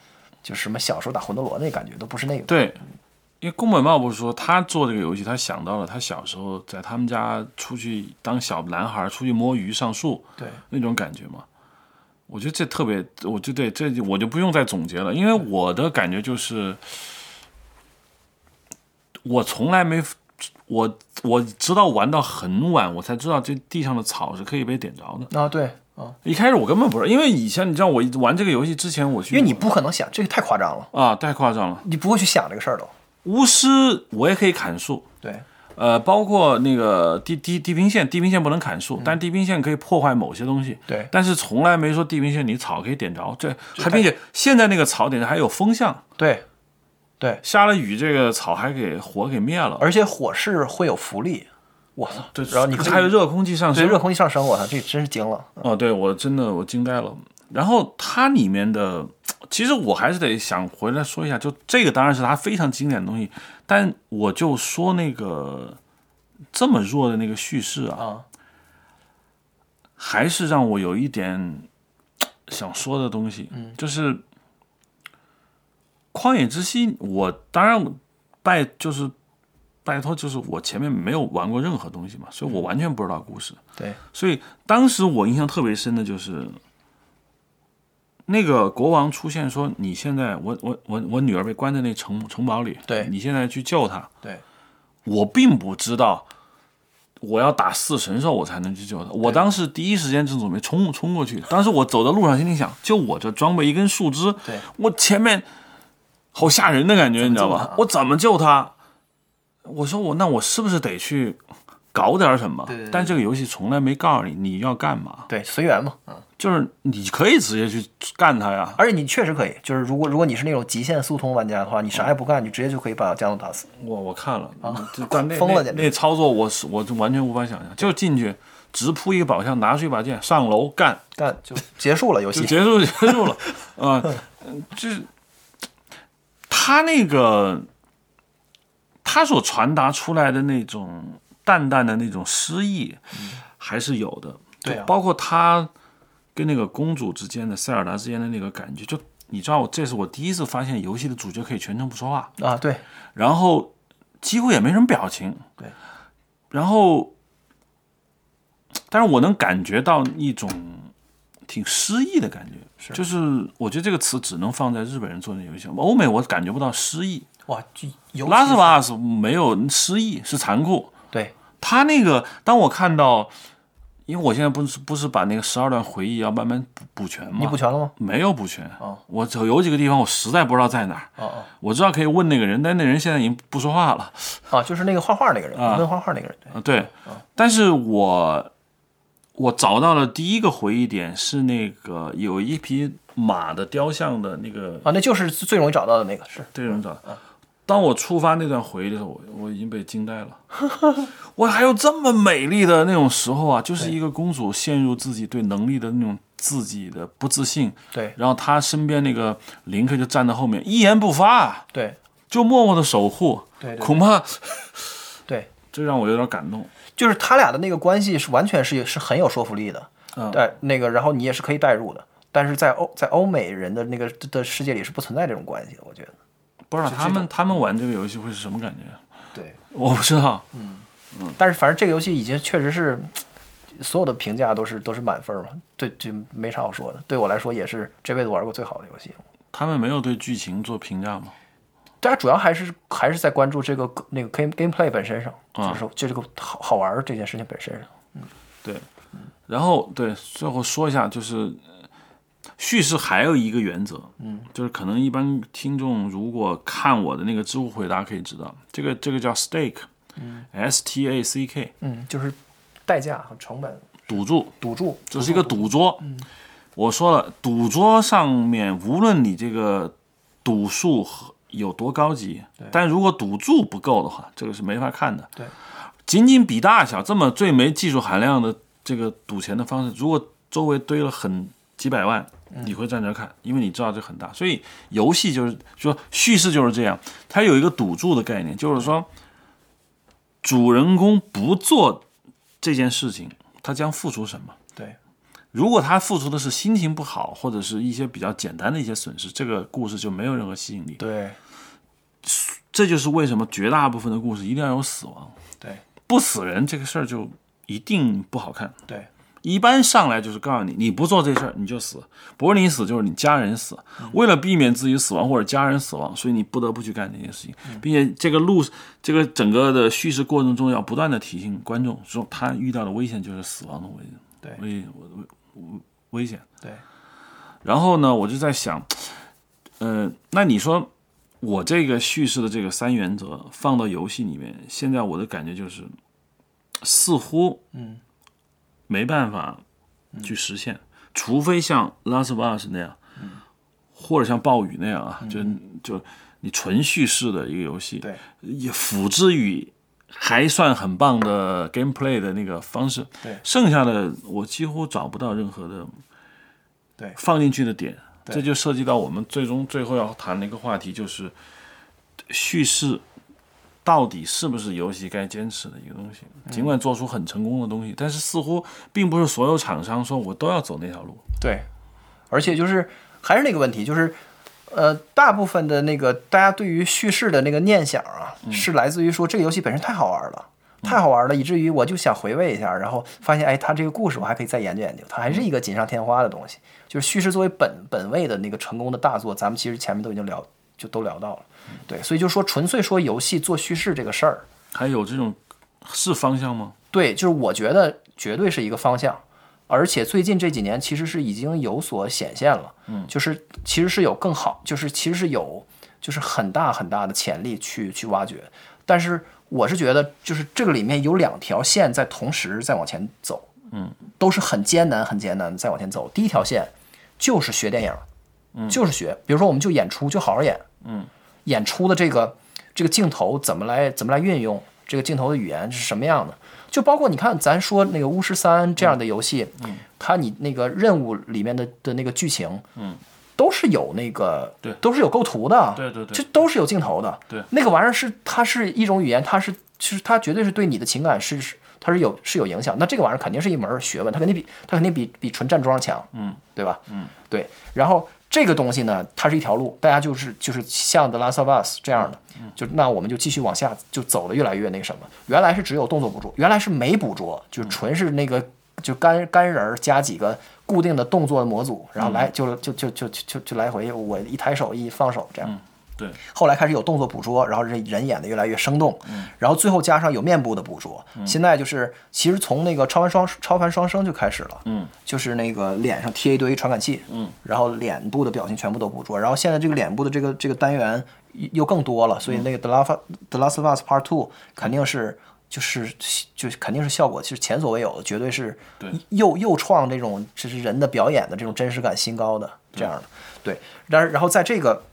S2: 就是什么小时候打魂斗罗那感觉，都不是那个。
S1: 对，因为宫本茂不是说他做这个游戏，他想到了他小时候在他们家出去当小男孩出去摸鱼上树，
S2: 对
S1: 那种感觉嘛。我觉得这特别，我就对这我就不用再总结了，因为我的感觉就是，我从来没我我直到玩到很晚，我才知道这地上的草是可以被点着的。
S2: 啊，对啊，
S1: 一开始我根本不知道，因为以前你知道我玩这个游戏之前，我去
S2: 因为你不可能想这个太夸张了，
S1: 啊太夸张了，
S2: 你不会去想这个事儿都。
S1: 巫师我也可以砍树，
S2: 对
S1: 呃，包括那个地地地平线，地平线不能砍树，但地平线可以破坏某些东西。
S2: 嗯对
S1: 但是从来没说地平线你草可以点着，这还并且现在那个草点着还有风向，
S2: 对对，
S1: 下了雨这个草还给火给灭了。
S2: 而且火势会有浮力，我操！
S1: 对，
S2: 然后哦你可以
S1: 还有热空气上
S2: 对
S1: 升，
S2: 热空气上升，我操，这真是惊了。
S1: 哦，对我真的我惊呆了。然后它里面的，其实我还是得想回来说一下，就这个当然是它非常经典的东西，但我就说那个这么弱的那个叙事啊，
S2: 啊
S1: 还是让我有一点想说的东西，嗯，就是《旷野之息》，我当然拜就是拜托，就是我前面没有玩过任何东西嘛，所以我完全不知道故事，
S2: 对，
S1: 所以当时我印象特别深的就是，那个国王出现说：“你现在，我我我我女儿被关在那城城堡里，
S2: 对
S1: 你现在去救她。”
S2: 对，
S1: 我并不知道我要打四神兽我才能去救她。我当时第一时间正准备冲冲过去，当时我走在路上心里想：就我这装备一根树枝，
S2: 对
S1: 我前面好吓人的感觉，你知道
S2: 救
S1: 吧
S2: 她？
S1: 我怎么救她？我说我那我是不是得去搞点什么？
S2: 对对对
S1: 但这个游戏从来没告诉你你要干嘛，
S2: 对，随缘嘛。嗯，
S1: 就是你可以直接去干它呀。
S2: 而且你确实可以，就是如果如果你是那种极限速通玩家的话，你啥也不干，你直接就可以把加农打死。
S1: 我我看了，这但那
S2: 啊 疯了
S1: 那
S2: 简直
S1: 那操作我是我就完全无法想象，就进去直扑一个宝箱，拿出一把剑上楼干
S2: 干就结束了游
S1: 就
S2: 戏。
S1: 结束结束了啊、嗯就是他那个他所传达出来的那种淡淡的那种诗意还是有的，
S2: 嗯对啊
S1: 就包括他跟那个公主之间的塞尔达之间的那个感觉，就你知道，这是我第一次发现游戏的主角可以全程不说话。
S2: 啊，对
S1: 然后几乎也没什么表情。
S2: 对，
S1: 然后，但是我能感觉到一种挺诗意的感觉，是就是我觉得这个词只能放在日本人做的游戏上，欧美我感觉不到诗意。
S2: 哇，就尤
S1: 拉斯
S2: 其
S1: 瓦斯没有诗意，是残酷。
S2: 对
S1: 他那个，当我看到，因为我现在不是不是把那个十二段回忆要慢慢补补全
S2: 你
S1: 嘛
S2: 补，全了吗？
S1: 没有补全
S2: 哦。
S1: 我走有几个地方我实在不知道在哪儿，
S2: 哦哦
S1: 我知道可以问那个人，但那人现在已经不说话了。
S2: 啊，就是那个画画那个人，
S1: 啊
S2: 问画画那个人，对
S1: 啊，对，但是我我找到了第一个回忆点是那个有一匹马的雕像的那个
S2: 啊，那就是最容易找到的那个，是
S1: 这种找到。
S2: 啊
S1: 当我触发那段回忆的时候，我我已经被惊呆了。 我还有这么美丽的那种时候啊，就是一个公主陷入自己对能力的那种自己的不自信，
S2: 对
S1: 然后她身边那个林克就站在后面一言不发，
S2: 对
S1: 就默默的守护。
S2: 对对对
S1: 恐怕
S2: 对，
S1: 这让我有点感动。
S2: 就是他俩的那个关系是完全是是很有说服力的，嗯，对，那个然后你也是可以代入的，但是在欧在欧美人的那个的的世界里是不存在这种关系的，我觉得。
S1: 不知道
S2: 是
S1: 他
S2: 这
S1: 们他们玩这个游戏会是什么感觉，
S2: 对，
S1: 我不知道。
S2: 嗯但是反正这个游戏已经确实是所有的评价都是都是满分嘛，对，就没啥好说的。对我来说也是这辈子玩过最好的游戏。
S1: 他们没有对剧情做评价吗？
S2: 大家主要还是还是在关注这个那个 game gameplay 本身上，
S1: 啊
S2: 就是就这个好好玩儿这件事情本身上。
S1: 对，然后对，最后说一下，就是呃叙事还有一个原则，嗯，就是可能一般听众如果看我的那个知乎回答可以知道，这个这个叫 stake，嗯，S T A C K，
S2: 嗯，就是代价和成本
S1: 赌注，
S2: 赌注，
S1: 这是一个赌桌。我说了，赌桌上面无论你这个赌数和有多高级，但如果赌注不够的话，这个是没法看的。
S2: 对，
S1: 仅仅比大小这么最没技术含量的这个赌钱的方式，如果周围堆了很几百万，你会站着看，因为你知道这很大。所以游戏就是说叙事就是这样，它有一个赌注的概念，就是说主人公不做这件事情，他将付出什么。
S2: 对
S1: 如果他付出的是心情不好，或者是一些比较简单的一些损失，这个故事就没有任何吸引力。
S2: 对
S1: 这就是为什么绝大部分的故事一定要有死亡，
S2: 对
S1: 不死人这个事儿就一定不好看。
S2: 对
S1: 一般上来就是告诉你，你不做这事儿你就死，不是你死就是你家人死。为了避免自己死亡或者家人死亡，所以你不得不去干这件事情，并且这个路这个整个的叙事过程中要不断的提醒观众说，他遇到的危险就是死亡的危
S2: 对
S1: 危危危险。
S2: 对，
S1: 然后呢，我就在想，呃，那你说我这个叙事的这个三原则放到游戏里面，现在我的感觉就是，似乎
S2: 嗯
S1: 没办法去实现，除非像《Last of Us》那样，
S2: 嗯
S1: 或者像《暴雨》那样啊，就就你纯叙事的一个游戏，
S2: 对
S1: 也辅之于还算很棒的 gameplay 的那个方式，
S2: 对
S1: 剩下的我几乎找不到任何的
S2: 对
S1: 放进去的点，这就涉及到我们最终最后要谈的一个话题，就是叙事。到底是不是游戏该坚持的一个东西？尽管做出很成功的东西，但是似乎并不是所有厂商说我都要走那条路。
S2: 对，而且就是还是那个问题，就是呃，大部分的那个大家对于叙事的那个念想啊，是来自于说这个游戏本身太好玩了。太好玩了，以至于我就想回味一下，然后发现，哎，它这个故事我还可以再研究研究，它还是一个锦上添花的东西。就是叙事作为本本位的那个成功的大作，咱们其实前面都已经聊，就都聊到了。对，所以就说纯粹说游戏做叙事这个事儿，
S1: 还有这种是方向吗？
S2: 对，就是我觉得绝对是一个方向，而且最近这几年其实是已经有所显现了，嗯，就是其实是有更好，就是其实是有就是很大很大的潜力去去挖掘，但是我是觉得就是这个里面有两条线在同时在往前走，嗯，都是很艰难很艰难的在往前走。第一条线就是学电影，嗯，就是学，比如说我们就演出，就好好演，
S1: 嗯
S2: 演出的这个这个镜头怎么来怎么来运用，这个镜头的语言是什么样的？就包括你看，咱说那个《巫师三》这样的游戏，嗯，它你那个任务里面的的那个剧情，嗯，都是有那个
S1: 对
S2: 都是有构图的，
S1: 对对对
S2: 这都是有镜头的，
S1: 对
S2: 那个玩意儿是它是一种语言，它是其实它绝对是对你的情感是是它是有是有影响。那这个玩意儿肯定是一门儿学问，它肯定比它肯定比比纯站桩强，嗯，对吧？嗯，对。然后这个东西呢，它是一条路，大家就是就是像 The Last of Us 这样的，就那我们就继续往下就走的越来越那个什么。原来是只有动作捕捉，原来是没捕捉，就纯是那个就干干人儿加几个固定的动作模组，然后来就就就就就就就来回我一抬手一放手这样。
S1: 对，
S2: 后来开始有动作捕捉，然后人人演的越来越生动，然后最后加上有面部的捕捉。现在就是其实从那个超凡双超凡双生就开始了，嗯，就是那个脸上贴一堆传感器，嗯，然后脸部的表情全部都捕捉，然后现在这个脸部的这个这个单元又又更多了，所以那个 The Last of- The Last of Us Part Two 肯定是。就是就是肯定是效果，其实前所未有的，绝对是又又创这种就是人的表演的这种真实感新高的这样的，对。但是然后在这个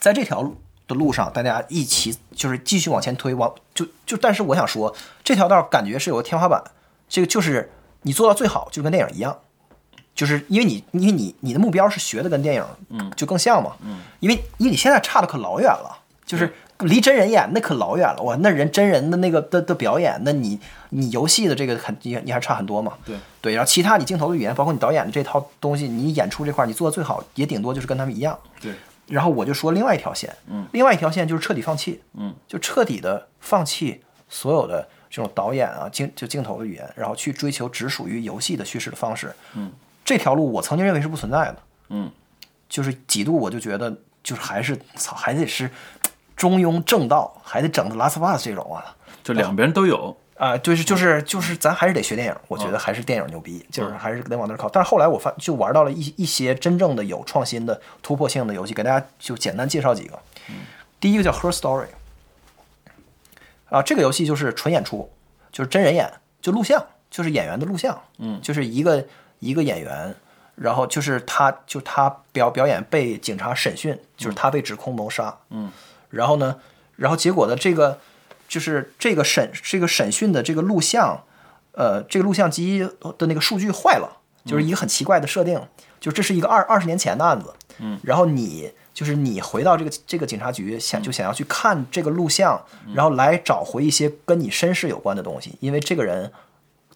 S2: 在这条路的路上，大家一起就是继续往前推，往就就，但是我想说，这条道感觉是有个天花板，这个就是你做到最好，就跟电影一样，就是因为你因为你你的目标是学的跟电影，嗯，就更像嘛，嗯，因为因为你现在差的可老远了，就是离真人演那可老远了，哇，那人真人的那个的的表演，那你你游戏的这个很你你还差很多嘛，
S1: 对
S2: 对，然后其他你镜头的语言，包括你导演的这套东西，你演出这块儿你做的最好，也顶多就是跟他们一样，
S1: 对，
S2: 然后我就说另外一条线，嗯，另外一条线就是彻底放弃，嗯，就彻底的放弃所有的这种导演啊镜就镜头的语言，然后去追求只属于游戏的叙事的方式，嗯，这条路我曾经认为是不存在的，
S1: 嗯，
S2: 就是几度我就觉得就是还是操还得是中庸正道，还得整的拉斯巴斯这种啊，
S1: 就两边都有。
S2: 啊、就是就是就是，咱还是得学电影，我觉得还是电影牛逼，就是还是得往那儿靠。但是后来我发就玩到了一一些真正的有创新的突破性的游戏，给大家就简单介绍几个。第一个叫《Her Story》，啊，这个游戏就是纯演出，就是真人演，就录像，就是演员的录像，嗯，就是一个一个演员，然后就是他就他表表演被警察审讯，就是他被指控谋杀，嗯，然后呢，然后结果呢，这个就是这个审这个审讯的这个录像，呃，这个录像机的那个数据坏了，就是一个很奇怪的设定，就是这是一个二二十年前的案子，嗯，然后你就是你回到这个这个警察局，想就想要去看这个录像，然后来找回一些跟你身世有关的东西，因为这个人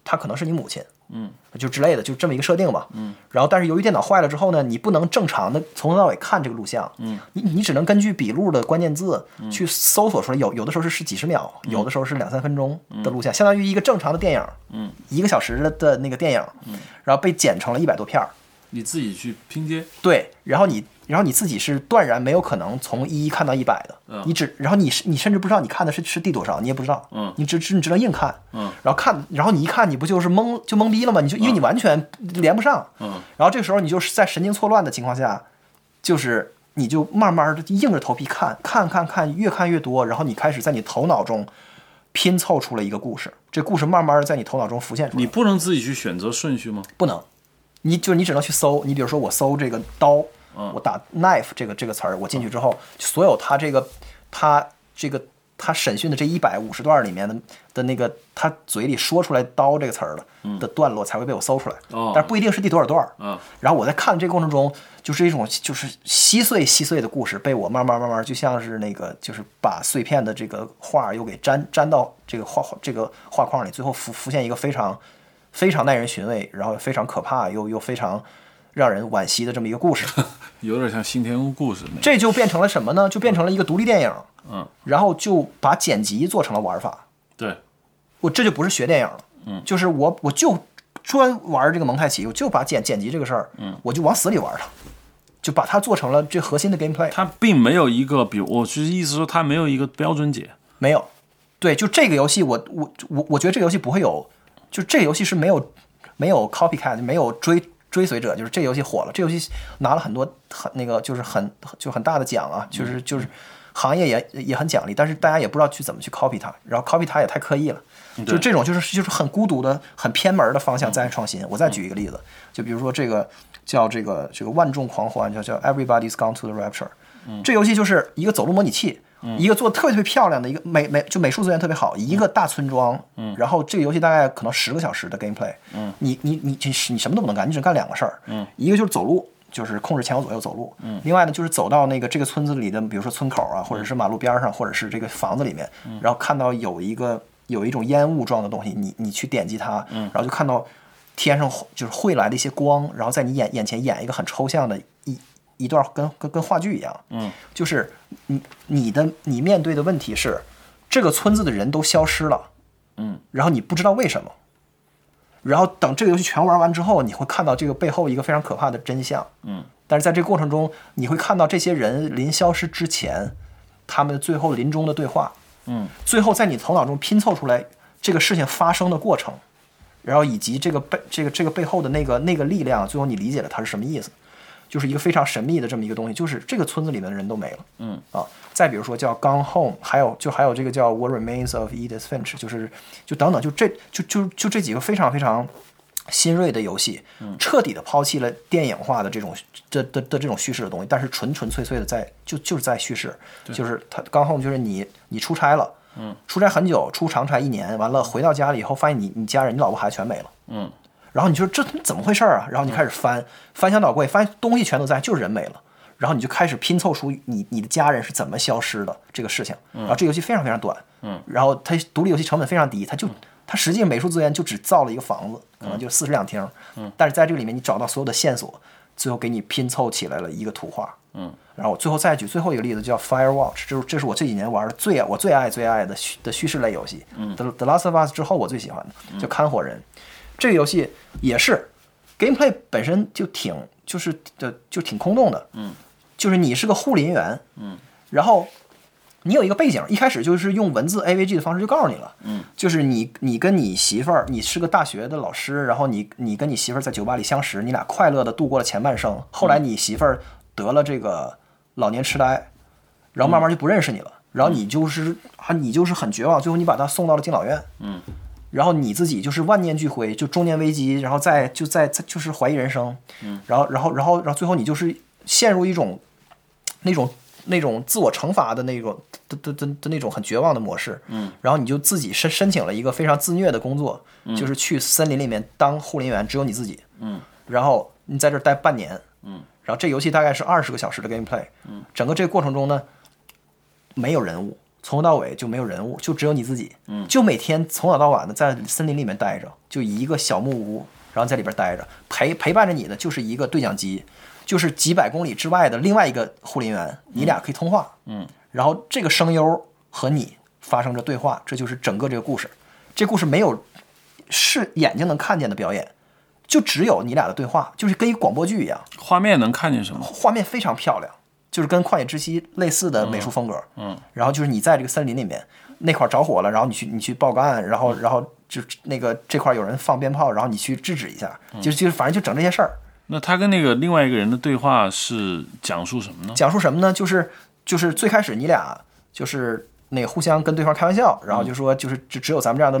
S2: 他可能是你母亲，嗯，就之类的，就这么一个设定吧，嗯。然后，但是由于电脑坏了之后呢，你不能正常的从头到尾看这个录像，嗯，你你只能根据笔录的关键字去搜索出来，有有的时候是是几十秒，有的时候是两三分钟的录像，相当于一个正常的电影，嗯，一个小时的的那个电影，嗯，然后被剪成了一百多片儿，
S1: 你自己去拼接，
S2: 对，然后你，然后你自己是断然没有可能从一看到一百的，你只，然后你是你甚至不知道你看的是是第多少，你也不知道，
S1: 嗯
S2: 你只只你只能硬看，
S1: 嗯，
S2: 然后看，然后你一看你不就是懵就懵逼了吗？你就因为你完全连不上，
S1: 嗯，
S2: 然后这时候你就是在神经错乱的情况下，就是你就慢慢的硬着头皮看，看看看，越看越多，然后你开始在你头脑中拼凑出了一个故事，这故事慢慢的在你头脑中浮现出来，
S1: 你不能自己去选择顺序吗？
S2: 不能，你就是你只能去搜。你比如说我搜这个刀，我打 knife 这个这个词儿，我进去之后，所有他这个他这个他审讯的这一百五十段里面的的那个他嘴里说出来刀这个词儿的的段落才会被我搜出来，
S1: 哦
S2: 但是不一定是第多少段儿。
S1: 嗯
S2: 然后我在看这个过程中，就是一种就是稀碎稀碎的故事被我慢慢慢慢就像是那个就是把碎片的这个画儿又给粘粘到这个画这个画框里，最后浮浮现一个非常非常耐人寻味，然后非常可怕又又非常让人惋惜的这么一个故事。
S1: 有点像《新天屋故事》那样。
S2: 这就变成了什么呢？就变成了一个独立电影，
S1: 嗯，
S2: 然后就把剪辑做成了玩法。
S1: 对，
S2: 我这就不是学电影了，嗯，就是我我就专玩这个蒙太奇，我就把剪剪辑这个事儿，嗯，我就往死里玩它，就把它做成了这核心的 gameplay。
S1: 它并没有一个，比如我是意思说，它没有一个标准解。
S2: 没有，对，就这个游戏我，我我我觉得这个游戏不会有，就这个游戏是没有没有 copycat，没有追追随者，就是这个游戏火了，这个游戏拿了很多很那个就是很就很大的奖啊，就是就是行业也也很奖励，但是大家也不知道去怎么去 copy 它，然后 copy 它也太刻意了。就这种就是就是很孤独的、很偏门的方向在创新。我再举一个例子，就比如说这个叫这个这个万众狂欢，叫叫 Everybody's Gone to the Rapture，这游戏就是一个走路模拟器，一个做得特别特别漂亮的一个美美就美术资源特别好，一个大村庄，然后这个游戏大概可能十个小时的 gameplay，你你你你你什么都不能干，你只能干两个事儿，一个就是走路。就是控制前后左右走路，另外呢，就是走到那个这个村子里的，比如说村口啊，或者是马路边儿上，或者是这个房子里面，然后看到有一个有一种烟雾状的东西，你你去点击它，然后就看到天上就是汇来的一些光，然后在你眼眼前演一个很抽象的一一段跟跟跟话剧一样，嗯，就是你你的你面对的问题是这个村子的人都消失了，嗯，然后你不知道为什么，然后等这个游戏全玩完之后，你会看到这个背后一个非常可怕的真相，嗯，但是在这个过程中，你会看到这些人临消失之前，他们最后临终的对话，嗯，最后在你头脑中拼凑出来这个事情发生的过程，然后以及这个背这个这个背后的那个那个力量，最后你理解了它是什么意思，就是一个非常神秘的这么一个东西，就是这个村子里面的人都没了，嗯啊，再比如说叫《Gone Home》，还有就还有这个叫《What Remains of Edith Finch》，就是就等等，就这就就就这几个非常非常新锐的游戏，彻底的抛弃了电影化的这种这的的这种叙事的东西，但是纯纯粹粹的在就就是在叙事，就是它《Gone Home》就是你你出差了。嗯，出差很久，出长差一年，完了回到家里以后，发现你你家人、你老婆孩子全没了。
S1: 嗯，
S2: 然后你就这怎么回事儿啊？然后你开始翻翻箱倒柜，发现东西全都在，就是人没了。然后你就开始拼凑出你你的家人是怎么消失的这个事情。然后这游戏非常非常短，嗯，然后它独立游戏成本非常低，它就它实嗯际美术资源就只造了一个房子，可能就四室两厅，嗯，但是在这个里面你找到所有的线索，最后给你拼凑起来了一个图画。嗯，然后我最后再举最后一个例子，叫 Firewatch，这是这是我这几年玩的最我最爱最爱的叙的叙事类游戏。嗯，The 嗯 The Last of Us 之后我最喜欢的叫看火人，这个游戏也是 gameplay 本身就挺就是就就挺空洞的。嗯，就是你是个护林员。嗯，然后。你有一个背景，一开始就是用文字 AVG 的方式就告诉你了，嗯，就是你你跟你媳妇儿，你是个大学的老师，然后你你跟你媳妇儿在酒吧里相识，你俩快乐的度过了前半生，后来你媳妇儿得了这个老年痴呆，然后慢慢就不认识你了，然后你就是啊你就是很绝望，最后你把她送到了敬老院，嗯，然后你自己就是万念俱灰，就中年危机，然后再就再再就是怀疑人生，嗯，然后然后然后然后最后你就是陷入一种那种。那种自我惩罚的那种的的的的那种很绝望的模式，嗯，然后你就自己申申请了一个非常自虐的工作，就是去森林里面当护林员，只有你自己，嗯，然后你在这儿待半年，嗯，然后这游戏大概是二十个小时的 gameplay，嗯，整个这个过程中呢，没有人物，从头到尾就没有人物，就只有你自己，嗯，就每天从早到晚的在森林里面待着，就一个小木屋，然后在里边待着，陪陪伴着你的就是一个对讲机。就是几百公里之外的另外一个护林员，你俩可以通话，嗯，然后这个声优和你发生着对话，这就是整个这个故事。这故事没有是眼睛能看见的表演，就只有你俩的对话，就是跟一广播剧一样，
S1: 画面能看见什么？
S2: 画面非常漂亮，就是跟《旷野之息》类似的美术风格，嗯，然后就是你在这个森林里面那块着火了，然后你去你去报个案，然后然后就那个这块有人放鞭炮，然后你去制止一下，就就反正就整这些事儿。
S1: 那他跟那个另外一个人的对话是讲述什么呢？
S2: 讲述什么呢？就是就是最开始你俩就是那个互相跟对方开玩笑，然后就说就是只只有咱们这样的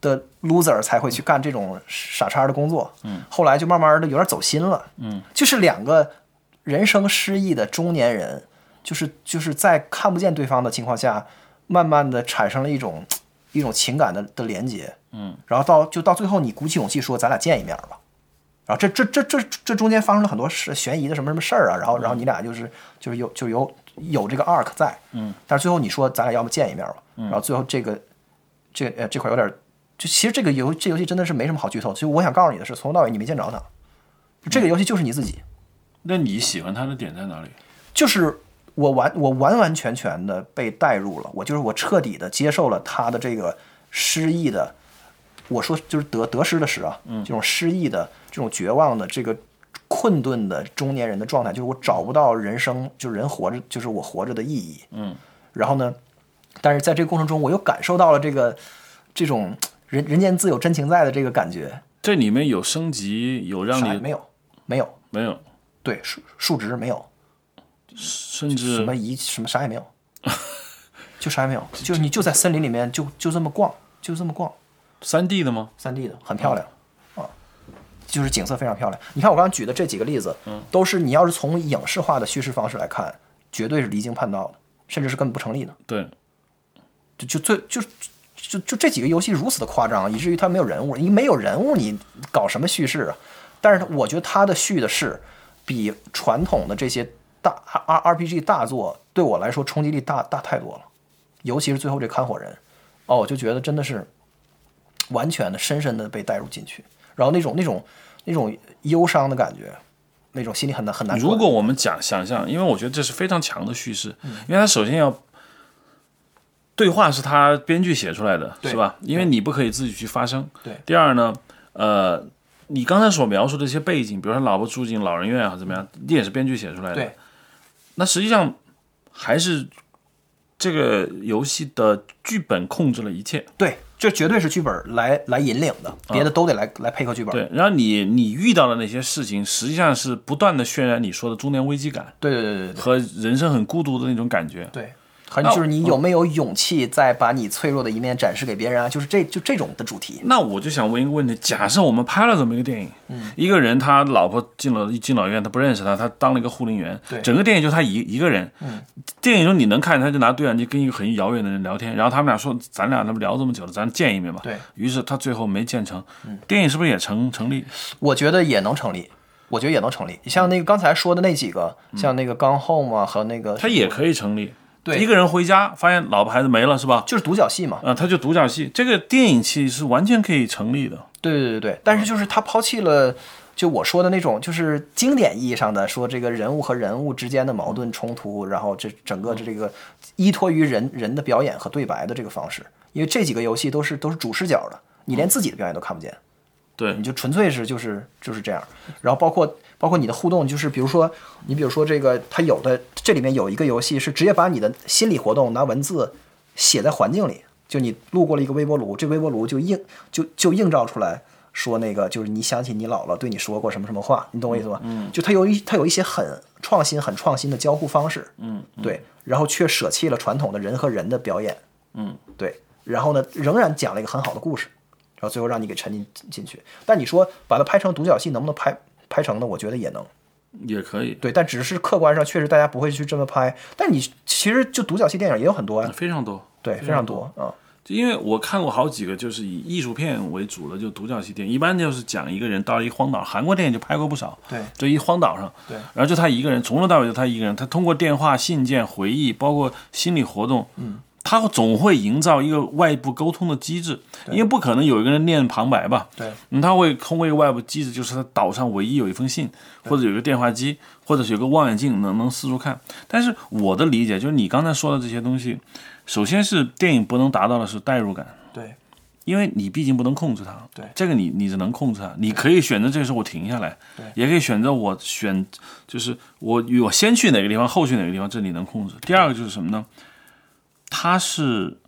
S2: 的 loser 才会去干这种傻叉的工作。嗯，后来就慢慢的有点走心了。嗯，就是两个人生失意的中年人，就是就是在看不见对方的情况下，慢慢的产生了一种一种情感的的连接。嗯，然后到就到最后，你鼓起勇气说咱俩见一面吧。然后这这这这这中间发生了很多事，悬疑的什么什么事儿啊，然后然后你俩就是就是有就有有这个 arc 在，嗯，但是最后你说咱俩要么见一面吧，然后最后这个这个呃这块有点，就其实这个游这游戏真的是没什么好剧透，就我想告诉你的是，从头到尾你没见着他，这个游戏就是你自己，
S1: 那你喜欢他的点在哪里？
S2: 就是我完我完完全全的被带入了，我就是我彻底的接受了他的这个失意的，我说就是得得失的失啊，
S1: 嗯
S2: 这种失意的这种绝望的这个困顿的中年人的状态，就是我找不到人生，就是人活着，就是我活着的意义。嗯，然后呢，但是在这个过程中，我又感受到了这个这种人人间自有真情在的这个感觉，
S1: 这里面有升级，有让
S2: 啥也
S1: 你
S2: 没有，没有，
S1: 没有，
S2: 对数数值没有，
S1: 甚
S2: 什
S1: 至
S2: 么仪什么啥也没有，就啥也没有，就是你就在森林里面就就这么逛，就这么逛，
S1: 三 D 的吗？
S2: 三 D 的，很漂亮、啊，就是景色非常漂亮。你看我刚刚举的这几个例子，都是你要是从影视化的叙事方式来看，绝对是离经叛道的，甚至是根本不成立的。
S1: 对，
S2: 就就最就就就这几个游戏如此的夸张，以至于它没有人物，你没有人物，你搞什么叙事啊？但是我觉得它的叙的是比传统的这些大 R R P G 大作对我来说冲击力大大太多了，尤其是最后这看火人，哦，我就觉得真的是完全的深深的被带入进去，然后那种那种那种忧伤的感觉，那种心里很难很难过的。
S1: 如果我们讲想象，因为我觉得这是非常强的叙
S2: 嗯
S1: 事，因为它首先要对话是他编剧写出来的，是吧？因为你不可以自己去发声。
S2: 对
S1: 第二呢，呃，你刚才所描述的一些背景，比如说老婆住进老人院啊，怎么样，你也是编剧写出来的。
S2: 嗯对，
S1: 那实际上还是这个游戏的剧本控制了一切。
S2: 对，这绝对是剧本来来引领的，别的都得来、来配合剧本。
S1: 嗯对，然后你你遇到的那些事情，实际上是不断的渲染你说的中年危机感
S2: 对对对对对。
S1: 和人生很孤独的那种感觉。
S2: 对，很就是你有没有勇气再把你脆弱的一面展示给别人啊？就是这就这种的主题。
S1: 那我就想问一个问题：假设我们拍了这么一个电影，一个人他老婆进了敬老院，他不认识他，他当了一个护林员，整个电影就他一一个人。电影中你能看见他就拿对讲机跟一个很遥远的人聊天，然后他们俩说：“咱俩那么聊这么久了，咱见一面吧。”
S2: 对
S1: 于是他最后没见成，电影是不是也成成立？
S2: 我觉得也能成立，我觉得也能成立。像那个刚才说的那几个，像那个《刚 Home》啊和那个，
S1: 他也可以成立。对，一个人回家发现老婆孩子没了，是吧？
S2: 就是独角戏嘛。
S1: 啊、他就独角戏，这个电影戏是完全可以成立的。
S2: 对对对对，但是就是他抛弃了就我说的那种，就是经典意义上的说这个人物和人物之间的矛盾冲突，然后这整个这这个依托于人人的表演和对白的这个方式，因为这几个游戏都是都是主视角的，你连自己的表演都看不见。
S1: 对
S2: 你就纯粹是就是就是这样。然后包括包括你的互动，就是比如说你比如说这个，它有的这里面有一个游戏是直接把你的心理活动拿文字写在环境里，就你路过了一个微波炉，这微波炉就映就就映照出来。说那个就是你想起你姥姥对你说过什么什么话，你懂我意思吗？嗯，就它有一它有一些很创新、很创新的交互方式，
S1: 嗯，
S2: 对，然后却舍弃了传统的人和人的表演，
S1: 嗯，
S2: 对，然后呢，仍然讲了一个很好的故事，然后最后让你给沉浸进去。但你说把它拍成独角戏，能不能拍拍成呢？我觉得也能，
S1: 也可以，
S2: 对，但只是客观上确实大家不会去这么拍。但你其实就独角戏电影也有很多啊，
S1: 非常多。
S2: 对，非常多啊、
S1: 就因为我看过好几个，就是以艺术片为主的，就独角戏电影，一般就是讲一个人到了一荒岛，韩国电影就拍过不少，
S2: 对，
S1: 就一荒岛上，
S2: 对，
S1: 然后就他一个人，从头到尾就他一个人，他通过电话、信件、回忆，包括心理活动，嗯，他总会营造一个外部沟通的机制，因为不可能有一个人念旁白吧，
S2: 对
S1: 嗯，他会通过一个外部机制，就是他岛上唯一有一封信，或者有一个电话机，或者是有个望远镜能能四处看。但是我的理解就是你刚才说的这些东西，首先是电影不能达到的是代入感，
S2: 对
S1: 因为你毕竟不能控制它，
S2: 对
S1: 这个你你只能控制它，你可以选择这个时候我停下来，也可以选择我选，就是我我先去哪个地方，后去哪个地方，这你能控制。第二个就是什么呢？它是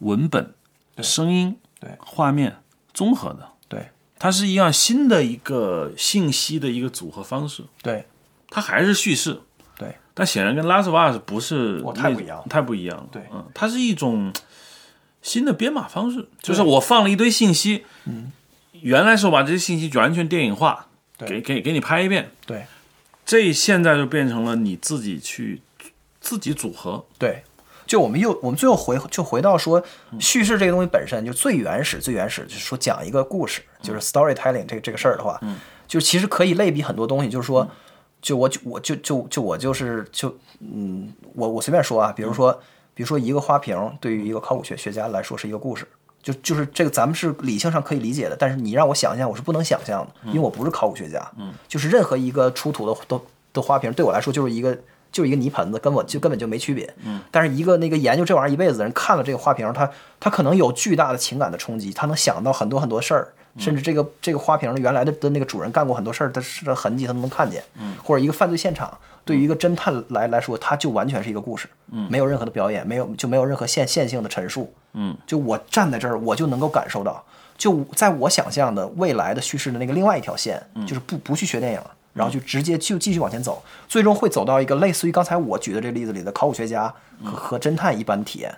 S1: 文本、声音、
S2: 对
S1: 画面综合的，
S2: 对
S1: 它是一样新的一个信息的一个组合方式，
S2: 对
S1: 它还是叙事，
S2: 对，
S1: 但显然跟拉斯瓦斯不是
S2: 哦
S1: 那
S2: 太不一样了
S1: 太不一样了。
S2: 对
S1: 嗯，它是一种新的编码方式，就是我放了一堆信息，嗯，原来是我把这些信息完全电影化，
S2: 对
S1: 给给给你拍一遍，
S2: 对
S1: 这现在就变成了你自己去自己组合，
S2: 对。就我们又我们最后回就回到说叙事这个东西本身就最原始最原始，就是说讲一个故事，就是 storytelling 这个这个事儿的话，就其实可以类比很多东西，就是说，就我就我就就就我就是就嗯，我我随便说啊，比如说比如说一个花瓶对于一个考古学学家来说是一个故事，就就是这个咱们是理性上可以理解的，但是你让我想象我是不能想象的，因为我不是考古学家，嗯，就是任何一个出土的的的花瓶对我来说就是一个。就是一个泥盆子，跟我就根本就没区别。嗯，但是一个那个研究这玩意儿一辈子的人看了这个花瓶，他他可能有巨大的情感的冲击，他能想到很多很多事儿，甚至这个这个花瓶的原来的的那个主人干过很多事儿，他是的痕迹他都能看见，嗯，或者一个犯罪现场，对于一个侦探来来说，他就完全是一个故事，嗯，没有任何的表演，没有就没有任何线线性的陈述，嗯，就我站在这儿，我就能够感受到，就在我想象的未来的叙事的那个另外一条线，就是不不去学电影。然后就直接就继续往前走，最终会走到一个类似于刚才我举的这个例子里的考古学家和和侦探一般的体验，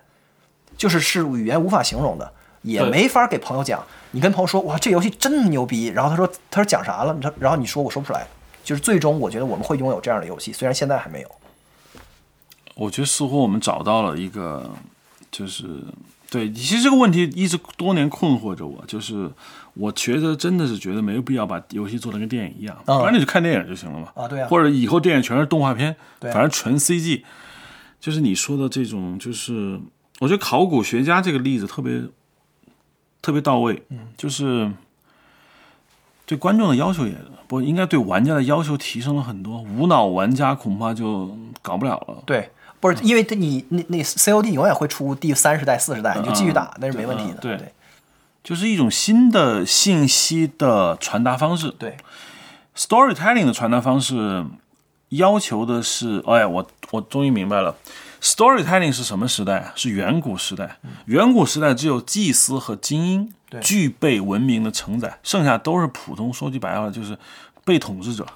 S2: 就是是语言无法形容的，也
S1: 对
S2: 没法给朋友讲。你跟朋友说哇，这游戏真牛逼，然后他说他说讲啥了，他然后你说我说不出来。就是最终我觉得我们会拥有这样的游戏，虽然现在还没有。
S1: 我觉得似乎我们找到了一个，就是对，其实这个问题一直多年困惑着我，就是我觉得真的是觉得没有必要把游戏做的跟电影一样，
S2: 嗯
S1: 反正你就看电影就行了嘛。
S2: 啊对啊
S1: 或者以后电影全是动画片，
S2: 对啊
S1: 反正纯 CG。就是你说的这种，就是我觉得考古学家这个例子特别特别到位，嗯，就是对观众的要求也不应该对玩家的要求提升了很多，无脑玩家恐怕就搞不了了。
S2: 对，不是因为你那那 COD 永远会出第三十代、四十代，你就继续打，那是没问题的。
S1: 对
S2: 啊对
S1: 就是一种新的信息的传达方式
S2: 对
S1: ，storytelling 的传达方式要求的是，哎，我我终于明白了，storytelling 是什么时代啊？是远古时代。远古时代只有祭司和精英具备文明的承载，剩下都是普通。说句白话，就是被统治者。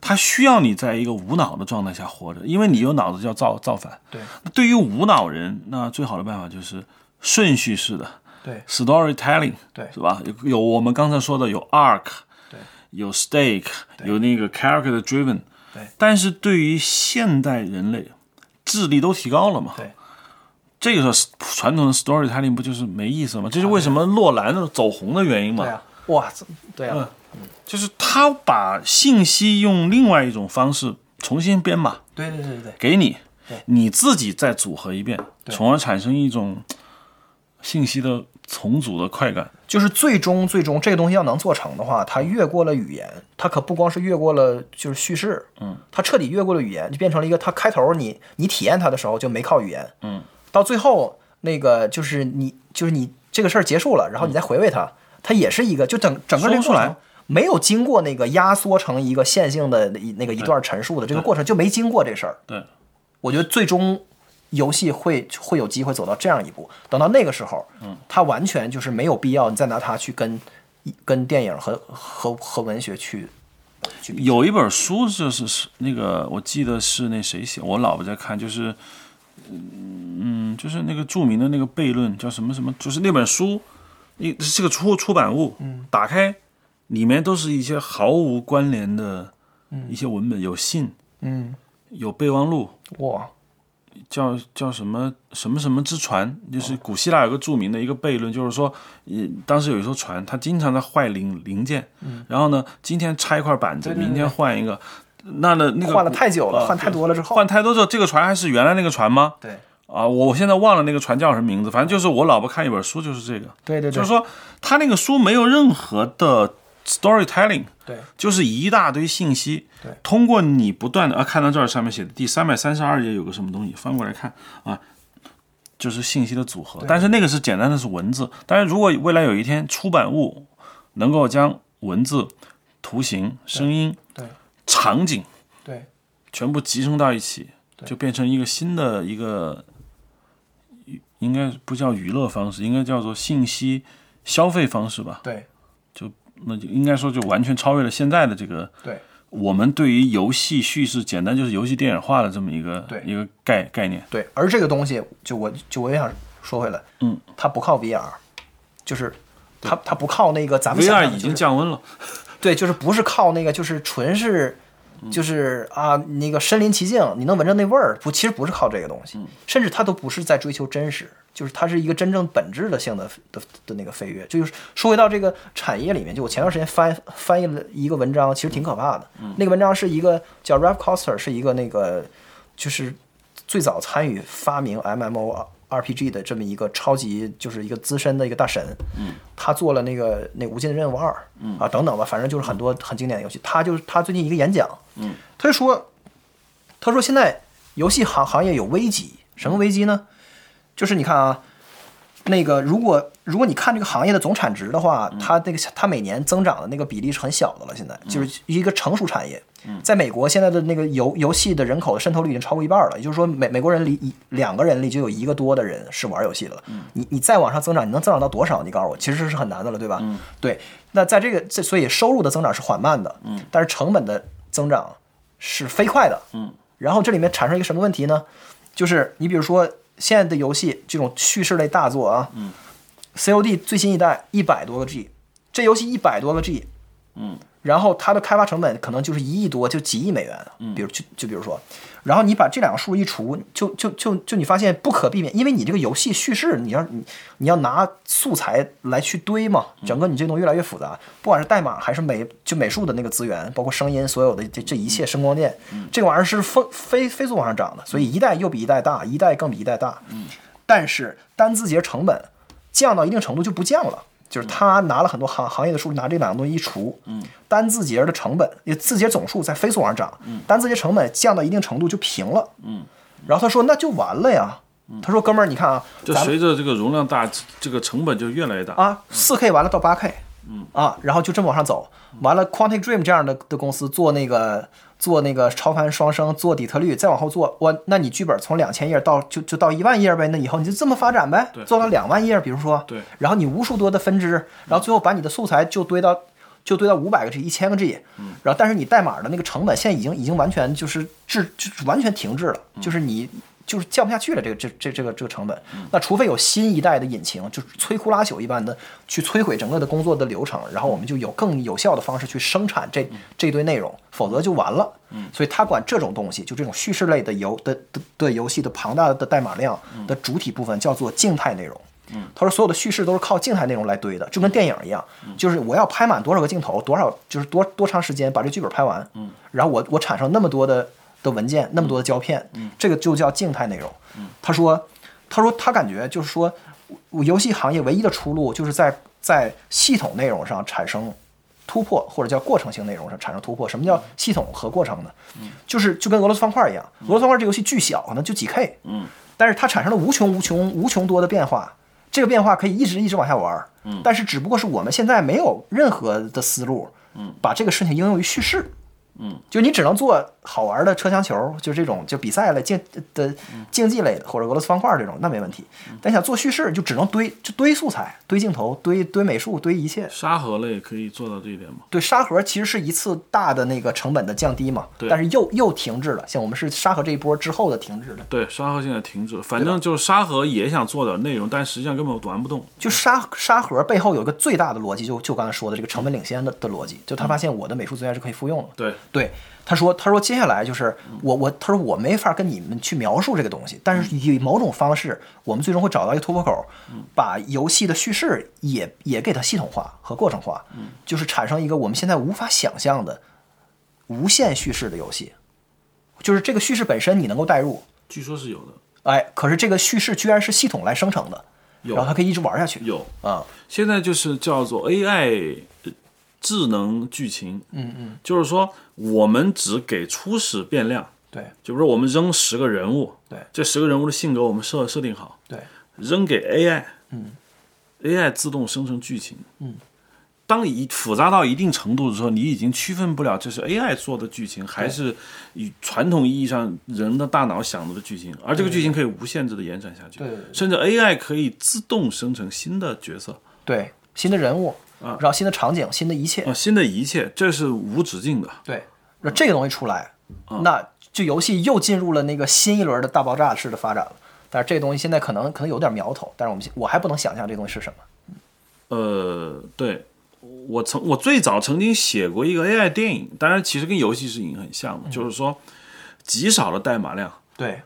S1: 他需要你在一个无脑的状态下活着，因为你有脑子就要造造反。
S2: 对
S1: 那对于无脑人，那最好的办法就是顺序式的，
S2: 对
S1: storytelling，
S2: 对
S1: 是吧？有有我们刚才说的有 arc，
S2: 对，
S1: 有 stake，有那个 character driven，
S2: 对。
S1: 但是对于现代人类，智力都提高了嘛，
S2: 对。
S1: 这个时候传统的 storytelling 不就是没意思了吗？这是为什么洛兰走红的原因嘛？
S2: 啊对啊，哇，这对啊，
S1: 就是他把信息用另外一种方式重新编码
S2: 对对对对对。
S1: 给你，你自己再组合一遍，从而产生一种信息的从组的快感。
S2: 就是最终最终这个东西要能做成的话，它越过了语言，它可不光是越过了就是叙事，嗯，它彻底越过了语言，就变成了一个它开头你你体验它的时候就没靠语言，嗯，到最后那个就是你就是你这个事儿结束了，然后你再回味它，它也是一个就整整个这
S1: 说不
S2: 个
S1: 出
S2: 过程
S1: 来
S2: 没有经过那个压缩成一个线性的一那个一段陈述的这个过程就没经过这事儿，
S1: 对，
S2: 我觉得最终游戏会会有机会走到这样一步。等到那个时候，嗯，它完全就是没有必要，你再拿它去跟跟电影和和和文学去
S1: 有一本书就是是那个，我记得是那谁写，我老婆在看，就是，嗯，就是那个著名的那个悖论叫什么什么，就是那本书，一是个出出版物，打开里面都是一些毫无关联的一些文本，有信，
S2: 嗯，
S1: 有备忘录，
S2: 哇，
S1: 叫叫什么什么什么之船，
S2: 哦
S1: 就是古希腊有个著名的一个悖论，就是说，呃，当时有一艘船，它经常在坏零零件，
S2: 嗯
S1: 然后呢，今天拆一块板子，明天换一个，那那那个
S2: 换了太久了，
S1: 呃
S2: 换太多了之后，
S1: 换太多之后，这个船还是原来那个船吗？
S2: 对
S1: 啊，我现在忘了那个船叫什么名字，反正就是我老婆看一本书，就是这个，
S2: 对对
S1: 就
S2: 对
S1: 是，说他那个书没有任何的 storytelling，
S2: 对，
S1: 就是一大堆信息，通过你不断的啊，看到这儿上面写的第三百三十二页有个什么东西，翻过来看啊，就是信息的组合。但是那个是简单的是文字，但是如果未来有一天出版物能够将文字、图形、声音、
S2: 对
S1: 场景
S2: 对
S1: 全部集成到一起，就变成一个新的一个，应该不叫娱乐方式，应该叫做信息消费方式吧。
S2: 对
S1: 那就应该说就完全超越了现在的这个
S2: 对
S1: 我们对于游戏叙事简单就是游戏电影化的这么一个
S2: 对
S1: 一个概概念。
S2: 对，而这个东西，就我就我也想说回来，
S1: 嗯，
S2: 它不靠 VR，就是它它不靠那个咱们想象
S1: VR
S2: 的
S1: 已
S2: 就是
S1: 经降温了，
S2: 对，就是不是靠那个，就是纯是，就是啊，那个身临其境，你能闻着那味儿，不，其实不是靠这个东西，甚至它都不是在追求真实，就是它是一个真正本质的性的的的那个飞跃。就是说回到这个产业里面，就我前段时间翻翻译了一个文章，其实挺可怕的。那个文章是一个叫 Ralph Coster，是一个那个就是最早参与发明 MMO。RPG 的这么一个超级，就是一个资深的一个大神，嗯，他做了那个那《无尽的任务二》，嗯啊等等吧，反正就是很多很经典的游戏。他就是他最近一个演讲，嗯，他就说，他说现在游戏行行业有危机，什么危机呢？就是你看啊，那个如果如果你看这个行业的总产值的话，它那个它每年增长的那个比例是很小的了，现在就是一个成熟产业。在美国，现在的那个游游戏的人口的渗透率已经超过一半了，也就是说美美国人里一两个人里就有一个多的人是玩游戏的了。你你再往上增长，你能增长到多少？你告诉我，其实是很难的了，对吧？对。那在这个这所以收入的增长是缓慢的，但是成本的增长是飞快的，嗯。然后这里面产生一个什么问题呢？就是你比如说现在的游戏这种叙事类大作啊，嗯，COD 最新一代一百多个 G，这游戏一百多个 G，嗯，然后它的开发成本可能就是一亿多，就几亿美元，嗯，比如就就比如说，然后你把这两个数一除，就就就就你发现不可避免，因为你这个游戏叙事，你要你你要拿素材来去堆嘛，整个你这东西越来越复杂，不管是代码还是美就美术的那个资源，包括声音，所有的这这一切声光电，这个玩意儿是飞飞飞速往上涨的，所以一代又比一代大，一代更比一代大，嗯，但是单字节成本降到一定程度就不降了。就是他拿了很多行行业的数据，拿这两个东西一除，嗯，单字节的成本，也字节总数在飞速往上涨，嗯，单字节成本降到一定程度就平了，嗯，然后他说那就完了呀，他说哥们儿，你看啊，
S1: 就
S2: 咱们
S1: 随着这个容量大，这个成本就越来越大。
S2: 啊，四 K 完了到八 K，嗯啊，然后就这么往上走，完了 Quantic Dream 这样的的公司做那个做那个超凡双生，做底特律，再往后做，我那你剧本从两千页到就就到一万页呗，那以后你就这么发展呗，做到两万页，比如说，
S1: 对，
S2: 然后你无数多的分支，然后最后把你的素材就堆到。就堆到五百个 G、一千个 G，然后但是你代码的那个成本现在已经已经完全就是滞，就是完全停滞了，就是你就是降不下去了这个这这这个这个成本。那除非有新一代的引擎，就是摧枯拉朽一般的去摧毁整个的工作的流程，然后我们就有更有效的方式去生产这这堆内容，否则就完了。所以他管这种东西，就这种叙事类的游的的的游戏的庞大的代码量的主体部分叫做静态内容。他说所有的叙事都是靠静态内容来堆的，就跟电影一样，就是我要拍满多少个镜头，多少就是多多长时间把这剧本拍完，然后我我产生那么多的的文件，那么多的胶片，这个就叫静态内容。他说，他说他感觉就是说我游戏行业唯一的出路就是在在系统内容上产生突破，或者叫过程性内容上产生突破。什么叫系统和过程呢？就是就跟俄罗斯方块一样，俄罗斯方块这游戏巨小，可能就几 K，嗯，但是它产生了无穷无穷无穷多的变化，这个变化可以一直一直往下玩，嗯，但是只不过是我们现在没有任何的思路，嗯，把这个事情应用于叙事，就你只能做好玩的车厢球，就这种就比赛类竞的竞技类的，或者俄罗斯方块这种，那没问题。但想做叙事，就只能堆就堆素材、堆镜头、堆堆美术、堆一切。
S1: 沙盒类可以做到这一点吗？
S2: 对沙盒其实是一次大的那个成本的降低嘛，
S1: 对
S2: 但是又又停滞了。像我们是沙盒这一波之后的停滞的，
S1: 对，沙盒现在停止，反正就是沙盒也想做点内容，但实际上根本玩不动。
S2: 就沙沙盒背后有一个最大的逻辑，就就刚才说的这个成本领先的的逻辑，就他发现我的美术资源是可以复用的。
S1: 对，
S2: 对，他说，他说接下来就是我我，他说我没法跟你们去描述这个东西，但是以某种方式，我们最终会找到一个突破口，把游戏的叙事也也给它系统化和过程化，就是产生一个我们现在无法想象的无限叙事的游戏，就是这个叙事本身你能够代入，
S1: 据说是有的，
S2: 哎，可是这个叙事居然是系统来生成的，然后它可以一直玩下去，
S1: 有。
S2: 啊、
S1: 现在就是叫做 AI 呃智能剧情，嗯嗯，就是说我们只给初始变量，
S2: 对
S1: 就比如说我们扔十个人物，
S2: 对
S1: 这十个人物的性格我们设设定好，
S2: 对，
S1: 扔给 AI，嗯，AI 自动生成剧情，嗯，当一复杂到一定程度的时候，你已经区分不了这是 AI 做的剧情，还是以传统意义上人的大脑想的剧情，而这个剧情可以无限制的延展下去，
S2: 对对对
S1: 甚至 AI 可以自动生成新的角色，
S2: 对，新的人物，然后新的场景，新的一切，
S1: 啊，新的一切，这是无止境的。
S2: 对，那这个东西出来，那就游戏又进入了那个新一轮的大爆炸式的发展了。但是这个东西现在可能可能有点苗头，但是我们现我还不能想象这东西是什么。
S1: 呃，对，我曾我最早曾经写过一个 AI 电影，当然其实跟游戏是影很像的，就是说极少的代码量，
S2: 对